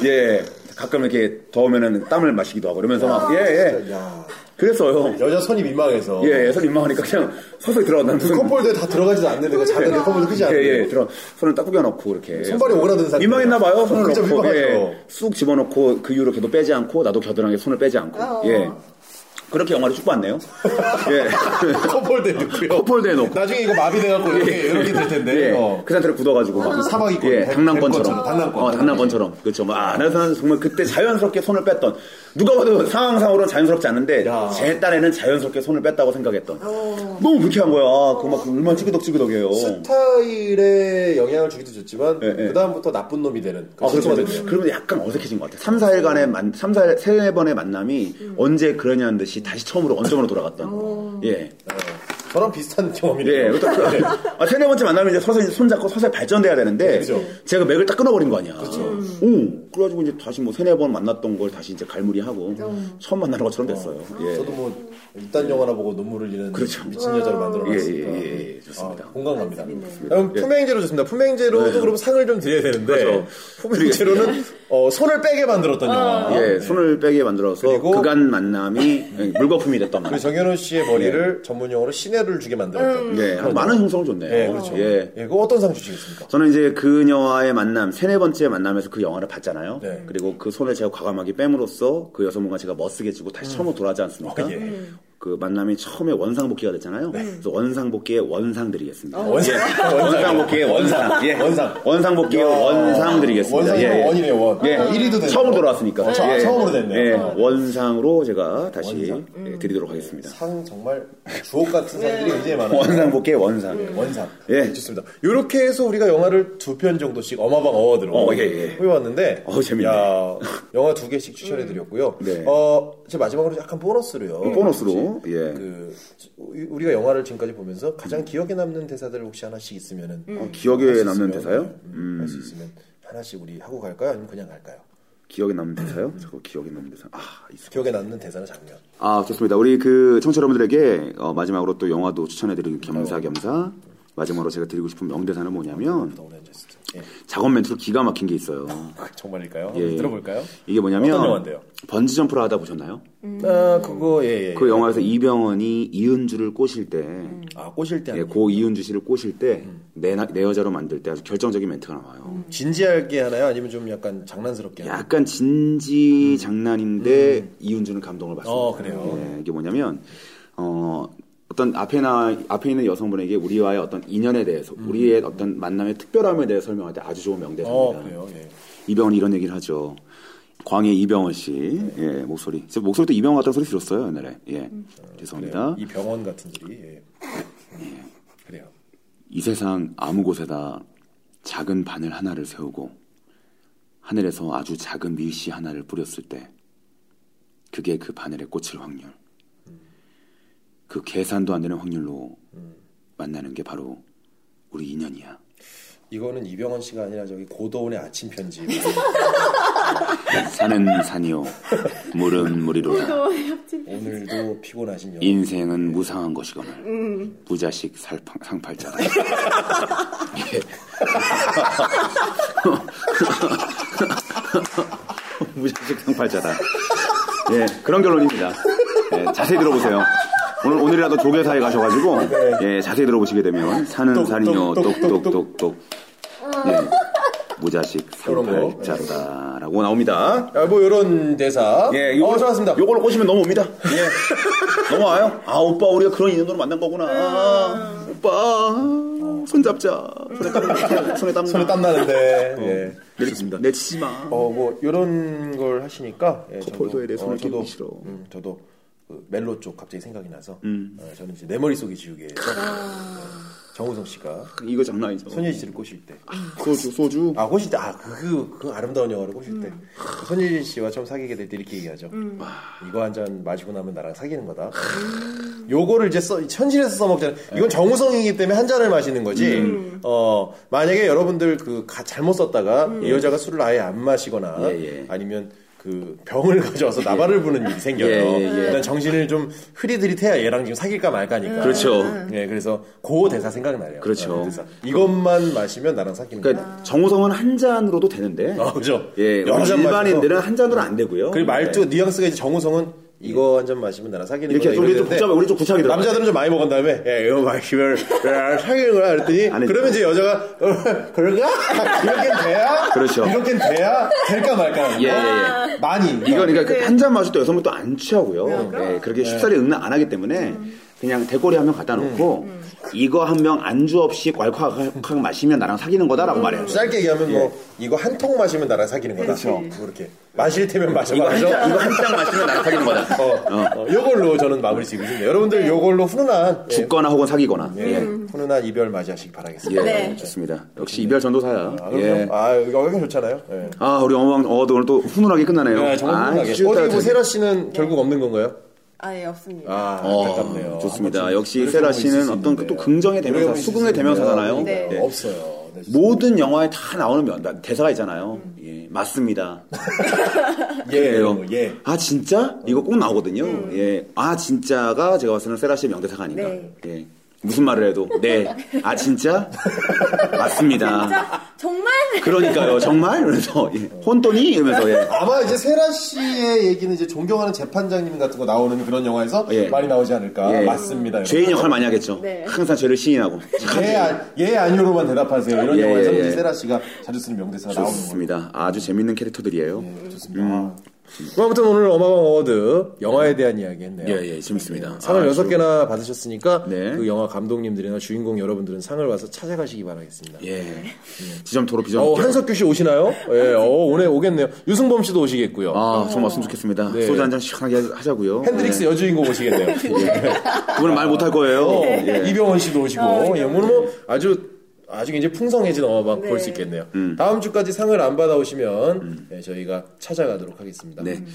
Speaker 1: 예. 예. 가끔 이렇게 더우면은 땀을 마시기도 하고, 이러면서 막, 예, 예.
Speaker 2: 야,
Speaker 1: 그랬어요.
Speaker 2: 여자 손이 민망해서
Speaker 1: 예, 예. 손 민망하니까 그냥 서서히 들어간다는
Speaker 2: 그 컵볼드에 다 들어가지도 않는데 그 작은 컵볼드 크지 않아요.
Speaker 1: 예, 예. 들어, 손을 딱 꾸겨놓고, 이렇게.
Speaker 2: 손발이 오그라든 상태.
Speaker 1: 민망했나봐요, 손을
Speaker 2: 그죠,
Speaker 1: 넣고.
Speaker 2: 민망하죠.
Speaker 1: 예. 쑥 집어넣고, 그 이후로 걔도 빼지 않고, 나도 겨드랑이에 손을 빼지 않고. 예. 그렇게 영화를 쭉 봤네요. 예.
Speaker 2: 컵볼드에 넣고요.
Speaker 1: 컵홀더에 넣고.
Speaker 2: 나중에 이거 마비돼갖고 이렇게 이렇게 될 텐데.
Speaker 1: 예.
Speaker 2: 어.
Speaker 1: 그 상태로 굳어가지고 막.
Speaker 2: 사막 있고,
Speaker 1: 예,
Speaker 2: 백-
Speaker 1: 당랑권처럼.
Speaker 2: 백권처럼, 당랑권.
Speaker 1: 어, 당랑권처럼. 그렇죠. 뭐, 아, 나는 정말 그때 자연스럽게 손을 뺐던. 누가 봐도 상황상으로는 자연스럽지 않은데,
Speaker 2: 야.
Speaker 1: 제 딸에는 자연스럽게 손을 뺐다고 생각했던. 너무 불쾌한 거야. 그막 얼마나 찌그덕찌그덕해요.
Speaker 2: 스타일에 영향을 주기도 좋지만
Speaker 1: 예, 예.
Speaker 2: 그 다음부터 나쁜 놈이 되는
Speaker 1: 아, 그렇죠.
Speaker 2: 요
Speaker 1: 그러면 약간 어색해진 것 같아요. 3, 4일간의 만, 3, 4일, 3번의 만남이 언제 그러냐는 듯이 다시 처음으로 원점으로 돌아갔던. 예.
Speaker 2: 저랑 비슷한
Speaker 1: 예,
Speaker 2: 경험이네요.
Speaker 1: 그렇다. 아, 세네 번째 만나면 이제 서서히 손잡고 서서히 발전돼야 되는데,
Speaker 2: 그죠.
Speaker 1: 제가 맥을 딱 끊어버린 거 아니야. 오, 그래가지고 이제 다시 뭐 세네 번 만났던 걸 다시 이제 갈무리하고, 처음 만나는 것처럼 됐어요. 예.
Speaker 2: 저도 뭐 일단 영화나 보고 눈물을 흘리는
Speaker 1: 그렇죠.
Speaker 2: 미친 여자를 만들어놨으니까
Speaker 1: 예, 예, 예, 예, 좋습니다. 예. 네.
Speaker 2: 아, 공감 갑니다. 음,
Speaker 4: 그럼 품행제로 좋습니다. 품행제로도 그럼 상을 좀 드려야 되는데
Speaker 1: 그렇죠.
Speaker 4: 품행제로는 어, 손을 빼게 만들었던
Speaker 2: 아.
Speaker 4: 영화.
Speaker 1: 예, 손을 빼게 만들어서
Speaker 4: 그리고-
Speaker 1: 그간 만남이 예, 물거품이 됐던
Speaker 2: 그
Speaker 1: 거죠.
Speaker 2: 정현우 씨의 머리를 전문 용어로 시내를 주게 만들었던.
Speaker 1: 예, 많은 형성을 줬네요.
Speaker 2: 예, 그렇죠.
Speaker 1: 예.
Speaker 2: 예, 그거 어떤 상 주시겠습니까?
Speaker 1: 저는 이제 그녀와의 만남, 세네 번째 만남에서 그 영화를 봤잖아요.
Speaker 2: 네.
Speaker 1: 그리고 그 손을 제가 과감하게 빼므로써 그 여성분과 제가 멋쓰게 지고 다시 처음으로 돌아가지 않습니까?
Speaker 2: 어, 예. 네.
Speaker 1: 그 만남이 처음에 원상복귀가 됐잖아요. 그래서 원상복귀의 원상 드리겠습니다.
Speaker 2: 원상.
Speaker 1: 예. 원상복귀의 원상. 예.
Speaker 2: 원상.
Speaker 1: 원상복귀의 원상 드리겠습니다.
Speaker 2: 원상이
Speaker 1: 예, 예.
Speaker 2: 원이네요, 원.
Speaker 1: 예.
Speaker 2: 어, 일위도 됐네요.
Speaker 1: 처음으로 돌아왔으니까.
Speaker 2: 어, 처- 처음으로 됐네요.
Speaker 1: 예.
Speaker 2: 어.
Speaker 1: 원상으로 제가 다시
Speaker 2: 원상.
Speaker 1: 예, 드리도록 하겠습니다.
Speaker 2: 상 정말 주옥 같은 상들이 굉장히 많아요.
Speaker 1: 원상복귀의 원상.
Speaker 2: 원상.
Speaker 1: 예.
Speaker 2: 좋습니다. 이렇게 해서 우리가 영화를 두 편 정도씩 어마방 어워드로
Speaker 1: 어, 예, 예.
Speaker 2: 해왔는데,
Speaker 1: 어우, 재밌네.
Speaker 2: 야, 영화 두 개씩 추천해드렸고요.
Speaker 1: 네.
Speaker 2: 어, 제 마지막으로 약간 보너스로요.
Speaker 1: 보너스로. 예.
Speaker 2: 그 우- 우리가 영화를 지금까지 보면서 가장 기억에 남는 대사들 혹시 하나씩 있으면은
Speaker 1: 어, 음. 기억에
Speaker 2: 할수
Speaker 1: 남는
Speaker 2: 있으면,
Speaker 1: 대사요?
Speaker 2: 네, 할수 있으면 하나씩 우리 하고 갈까요? 아니면 그냥 갈까요?
Speaker 1: 기억에 남는 대사요? 자꾸 기억에 남는 대사. 아, 있어.
Speaker 2: 기억에 남는 대사는 장면.
Speaker 1: 아, 좋습니다. 우리 그 청취자 여러분들에게 어, 마지막으로 또 영화도 추천해드리는 겸사겸사 마지막으로 제가 드리고 싶은 명대사는 뭐냐면
Speaker 2: 오래 앉아있었죠. 예.
Speaker 1: 작업 멘트로 기가 막힌 게 있어요.
Speaker 2: 정말일까요?
Speaker 1: 예.
Speaker 2: 한번 들어볼까요?
Speaker 1: 이게 뭐냐면
Speaker 2: 어떤 영화인데요?
Speaker 1: 번지 점프를 하다 보셨나요?
Speaker 2: 아, 그거 예, 예.
Speaker 1: 그 영화에서 이병헌이 이은주를 꼬실 때,
Speaker 2: 아, 꼬실 때
Speaker 1: 예,
Speaker 2: 하는
Speaker 1: 고 이은주 씨를 꼬실 때 내 내 여자로 만들 때 아주 결정적인 멘트가 나와요.
Speaker 2: 음. 진지하게 하나요? 아니면 좀 약간 장난스럽게 하나요?
Speaker 1: 약간 진지 장난인데 이은주는 감동을 받습니다.
Speaker 2: 음. 어, 그래요?
Speaker 1: 예, 이게 뭐냐면 어, 어떤 앞에 나 앞에 있는 여성분에게 우리와의 어떤 인연에 대해서 우리의 어떤 만남의 특별함에 대해 설명할 때 아주 좋은
Speaker 2: 음. 어,
Speaker 1: 명대사입니다.
Speaker 2: 그래요. 예.
Speaker 1: 이병헌이 이런 얘기를 하죠. 광해 이병헌 씨
Speaker 2: 네.
Speaker 1: 예, 목소리. 제 목소리 도 이병헌 같다는 소리 들었어요 옛날에. 예,
Speaker 2: 음.
Speaker 1: 죄송합니다.
Speaker 2: 네. 이 병원 같은 일이 예. 예. 그래요.
Speaker 1: 이 세상 아무 곳에다 작은 바늘 하나를 세우고 하늘에서 아주 작은 밀씨 하나를 뿌렸을 때 그게 그 바늘에 꽂힐 확률. 그 계산도 안 되는 확률로 만나는 게 바로 우리 인연이야.
Speaker 2: 이거는 이병헌 씨가 아니라 저기 고도원의 아침 편지.
Speaker 1: 산은 산이요, 물은 물이로다.
Speaker 3: 네,
Speaker 2: 오늘도 피곤하신 영.
Speaker 1: 인생은 무상한
Speaker 2: 음.
Speaker 1: 것이거늘 부자식 살팡, 상팔자다. 예. 부자식 상팔자다. 예, 그런 결론입니다. 예, 자세히 들어보세요. 오늘 오늘이라도 조계사에 가셔가지고
Speaker 2: 네.
Speaker 1: 예, 자세히 들어보시게 되면 사는 산이요 똑똑똑똑 예, 무자식
Speaker 2: 그런 거.
Speaker 1: 상팔자다라고 나옵니다.
Speaker 2: 아, 뭐 이런 대사.
Speaker 1: 예,
Speaker 2: 어, 좋았습니다.
Speaker 1: 요걸로 꼬시면 넘어옵니다. 예. 넘어와요. 아, 오빠, 우리가 그런 인연으로 만난 거구나. 오빠, 손잡자. 손에 땀, 손에 땀.
Speaker 2: 손에 땀 나는데.
Speaker 1: 어.
Speaker 2: 예.
Speaker 1: 네. 내리십니다. 내치지 마.
Speaker 2: 어, 뭐 이런 걸 하시니까 예,
Speaker 1: 컵홀더에 내 손을 끼우기
Speaker 2: 저도,
Speaker 1: 싫어.
Speaker 2: 음, 저도 그 멜로 쪽 갑자기 생각이 나서
Speaker 1: 음.
Speaker 2: 어, 저는 이제 내 머릿속에 지우개. 예, 정우성 씨가
Speaker 1: 이거 장난 아니죠.
Speaker 2: 손예지 씨를 꼬실 때.
Speaker 1: 아, 소주, 소주. 음.
Speaker 2: 아, 꼬실 때, 아, 그, 그, 그 아름다운 영화를 꼬실 때. 손예진 씨와 처음 사귀게 될 때 이렇게 얘기하죠. 이거 한 잔 마시고 나면 나랑 사귀는 거다. 요거를 이제 써, 현실에서 써먹잖아요.
Speaker 1: 네.
Speaker 2: 이건 정우성이기 때문에 한 잔을 마시는 거지.
Speaker 1: 음.
Speaker 2: 어, 만약에 여러분들 그, 가- 잘못 썼다가 이 여자가 술을 아예 안 마시거나
Speaker 1: 음. 예, 예.
Speaker 2: 아니면 그 병을 가져와서 나발을 부는 일이 생겨요.
Speaker 1: 예, 예, 예.
Speaker 2: 일단 정신을 좀 흐리들이태야 얘랑 지금 사귈까 말까니까.
Speaker 1: 그렇죠.
Speaker 2: 예, 그래서 고 대사 생각나요.
Speaker 1: 그렇죠.
Speaker 2: 그 대사. 이것만 마시면 나랑 사귀는 거다.
Speaker 1: 그러니까 정우성은 한 잔으로도 되는데.
Speaker 2: 아, 그죠?
Speaker 1: 예,
Speaker 2: 여러 잔
Speaker 1: 일반인들은
Speaker 2: 마셔서.
Speaker 1: 한 잔으로 안 되고요.
Speaker 2: 그리고 말투
Speaker 1: 예.
Speaker 2: 뉘앙스가 이제 정우성은 이거 한 잔 마시면 나랑 사귀는
Speaker 1: 이렇게
Speaker 2: 거야
Speaker 1: 좀 우리 좀
Speaker 2: 이러는데
Speaker 1: 복잡해, 우리 좀 구차하게 들어가.
Speaker 2: 남자들은 좀 많이 먹은 다음에 예, 이거 마시면 나랑 아, 사귀는 거야 그랬더니
Speaker 1: 안 했죠.
Speaker 2: 그러면 이제 여자가 어, 그런가? 이렇게 돼야?
Speaker 1: 그렇죠.
Speaker 2: 이렇게 돼야 될까 말까 하는
Speaker 1: 예,
Speaker 2: 거.
Speaker 1: 예,
Speaker 2: 많이
Speaker 1: 이거 그러니까 한 잔 마실 때 여성분 또 안 취하고요. 예, 그렇게 쉽사리 응답 안 하기 때문에 그냥 대꼬리 한 명 갖다 놓고 이거 한 명 안주 없이 괄콱 마시면 나랑 사귀는 거다라고 말해요.
Speaker 2: 짧게 얘기하면 뭐
Speaker 1: 예.
Speaker 2: 이거 한 통 마시면 나랑 사귀는 거다
Speaker 3: 그렇죠.
Speaker 2: 뭐 이렇게 마실 테면
Speaker 1: 이거 한
Speaker 2: 마셔봐죠
Speaker 1: 잔, 이거 한 잔 마시면 나랑 사귀는 거다.
Speaker 2: 어, 어, 요걸로 저는 마무리 지고 싶네요 여러분들 요걸로 훈훈한 예,
Speaker 1: 죽거나 혹은 사귀거나.
Speaker 2: 예, 훈훈한 이별 맞이하시기 바라겠습니다
Speaker 1: 음. 예,
Speaker 3: 네.
Speaker 1: 좋습니다. 역시 이별 전도사야.
Speaker 2: 아,
Speaker 1: 예.
Speaker 2: 그럼요. 아 여기가 좋잖아요 예.
Speaker 1: 아, 우리 어망 어도 오늘 또 훈훈하게 끝나네요.
Speaker 2: 네, 정말
Speaker 1: 아,
Speaker 2: 흥분하게.
Speaker 1: 슈타트.
Speaker 6: 네.
Speaker 2: 어떻게 뭐 세라 씨는 결국 없는 건가요?
Speaker 3: 아예 없습니다.
Speaker 6: 아,
Speaker 1: 어,
Speaker 6: 안타깝네요.
Speaker 1: 좋습니다.
Speaker 6: 아, 참
Speaker 1: 역시
Speaker 6: 노력해보고
Speaker 1: 세라 씨는
Speaker 6: 있을 수
Speaker 1: 어떤 그
Speaker 6: 있는데요.
Speaker 1: 또 긍정의 대명사,
Speaker 6: 노력해보고
Speaker 1: 수긍의
Speaker 6: 있을 수 있는데요.
Speaker 1: 대명사잖아요. 예. 뭐,
Speaker 3: 네.
Speaker 6: 네. 없어요. 네,
Speaker 1: 모든 영화에 다 나오는 면, 나- 대사가 있잖아요. 예, 맞습니다.
Speaker 2: 뭐,
Speaker 1: 예예요.
Speaker 6: 예.
Speaker 1: 아 진짜? 이거 꼭 나오거든요. 예. 아 진짜가 제가 봤을 때는 세라 씨의 명대사가 아닌가.
Speaker 3: 네.
Speaker 1: 예. 무슨 말을 해도 네. 아 진짜? 맞습니다.
Speaker 3: 진짜 정말
Speaker 1: 그러니까요. 정말? 이러면서 예. 혼돈이 이러면서 예.
Speaker 6: 아마 이제 세라 씨의 얘기는 이제 존경하는 재판장님 같은 거 나오는 그런 영화에서
Speaker 1: 예.
Speaker 6: 많이 나오지 않을까.
Speaker 1: 예.
Speaker 6: 맞습니다.
Speaker 2: 네.
Speaker 6: 여러분.
Speaker 1: 죄인 역할 많이 하겠죠.
Speaker 3: 네.
Speaker 1: 항상 죄를 시인하고 착한
Speaker 6: 예, 아, 예, 아니요로만 대답하세요. 이런
Speaker 1: 예,
Speaker 6: 영화에서
Speaker 1: 예,
Speaker 6: 는
Speaker 1: 예.
Speaker 6: 세라 씨가 자주 쓰는 명대사가 나오는 거예요.
Speaker 1: 좋습니다. 아주 재밌는 캐릭터들이에요.
Speaker 6: 예, 좋습니다.
Speaker 1: 음.
Speaker 2: 그럼 뭐 아무튼 오늘 어마방 어워드 영화에 대한 이야기 했네요.
Speaker 1: 예예 재밌습니다.
Speaker 2: 상을
Speaker 1: 아주-
Speaker 2: 여섯 개나 받으셨으니까
Speaker 1: 네.
Speaker 2: 그 영화 감독님들이나 주인공 여러분들은 상을 와서 찾아가시기 바라겠습니다.
Speaker 1: 예. 지점토로 비점.
Speaker 2: 어, 한석규 씨 오시나요? 예, 어, 오늘 오겠네요. 유승범 씨도 오시겠고요.
Speaker 1: 아, 정말 왔으면 좋겠습니다.
Speaker 2: 네.
Speaker 1: 소주 한 잔 시원하게 하- 하자고요.
Speaker 2: 핸드릭스
Speaker 1: 네.
Speaker 2: 여주인공 오시겠네요.
Speaker 1: 그분은 말 못할 거예요.
Speaker 2: 어,
Speaker 1: 예.
Speaker 2: 이병헌 씨도 오시고 예, 오늘 뭐 아주 아주 이제 풍성해진 어마방
Speaker 3: 네.
Speaker 2: 볼 수 있겠네요. 다음 주까지 상을 안 받아오시면 예, 저희가 찾아가도록 하겠습니다.
Speaker 1: 음. 네.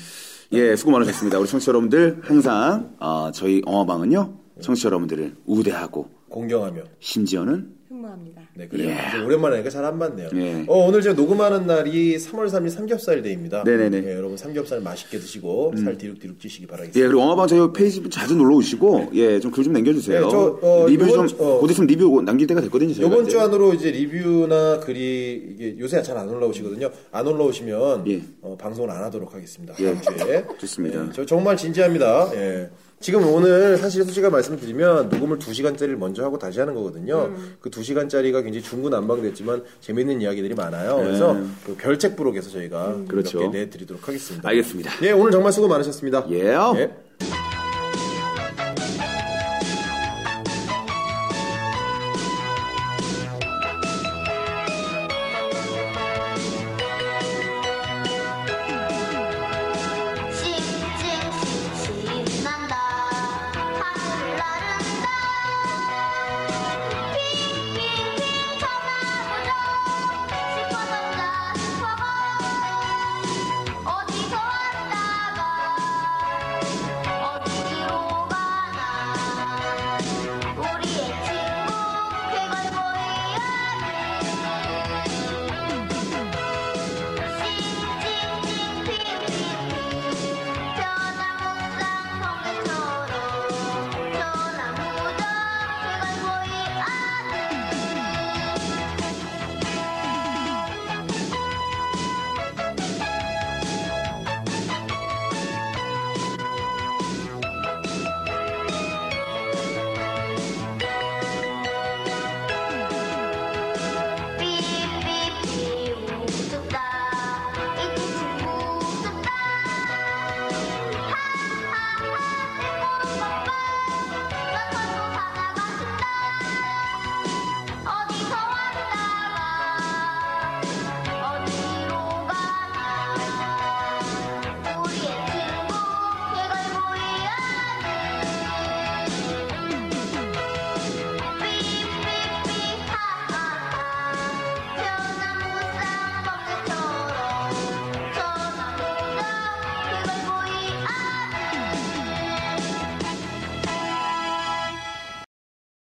Speaker 1: 예, 수고 많으셨습니다. 우리 청취자 여러분들, 항상, 아, 저희 어마방은요, 청취자 여러분들을 우대하고,
Speaker 2: 공경하며.
Speaker 1: 심지어는,
Speaker 3: 흠모합니다.
Speaker 2: 네, 그래요.
Speaker 1: 예.
Speaker 2: 이제 오랜만에 하니까 잘 안 맞네요.
Speaker 1: 예.
Speaker 2: 어, 오늘 제가 녹음하는 날이 3월 3일 삼겹살 데이입니다.
Speaker 1: 네네네. 음.
Speaker 2: 예, 여러분 삼겹살 맛있게 드시고 살 디룩디룩 찌시기 바라겠습니다.
Speaker 1: 예, 그리고 어마방 저희 페이지 자주 놀러 오시고, 예, 좀 글 좀 남겨주세요.
Speaker 2: 네, 저, 어,
Speaker 1: 리뷰
Speaker 2: 요번
Speaker 1: 좀,
Speaker 2: 주- 어.
Speaker 1: 곧 있으면 리뷰 남길 때가 됐거든요, 저희가.
Speaker 2: 이번
Speaker 1: 이제.
Speaker 2: 주 안으로 이제 리뷰나 글이 이게 요새 잘 안 올라오시거든요. 안 올라오시면
Speaker 1: 예.
Speaker 2: 어, 방송을 안 하도록 하겠습니다.
Speaker 1: 예.
Speaker 2: 다음 주에.
Speaker 1: 좋습니다.
Speaker 2: 예, 저 정말 진지합니다. 예. 지금 오늘 사실 솔직히 말씀드리면 녹음을 2시간짜리를 먼저 하고 다시 하는 거거든요.
Speaker 1: 음.
Speaker 2: 그 2시간짜리가 굉장히 중구난방됐지만 재밌는 이야기들이 많아요. 그래서 그 별책 부록에서 저희가
Speaker 1: 네. 그렇죠.
Speaker 2: 몇 개 내드리도록 하겠습니다.
Speaker 1: 알겠습니다.
Speaker 2: 예, 오늘 정말 수고 많으셨습니다.
Speaker 1: 예요.
Speaker 2: 예.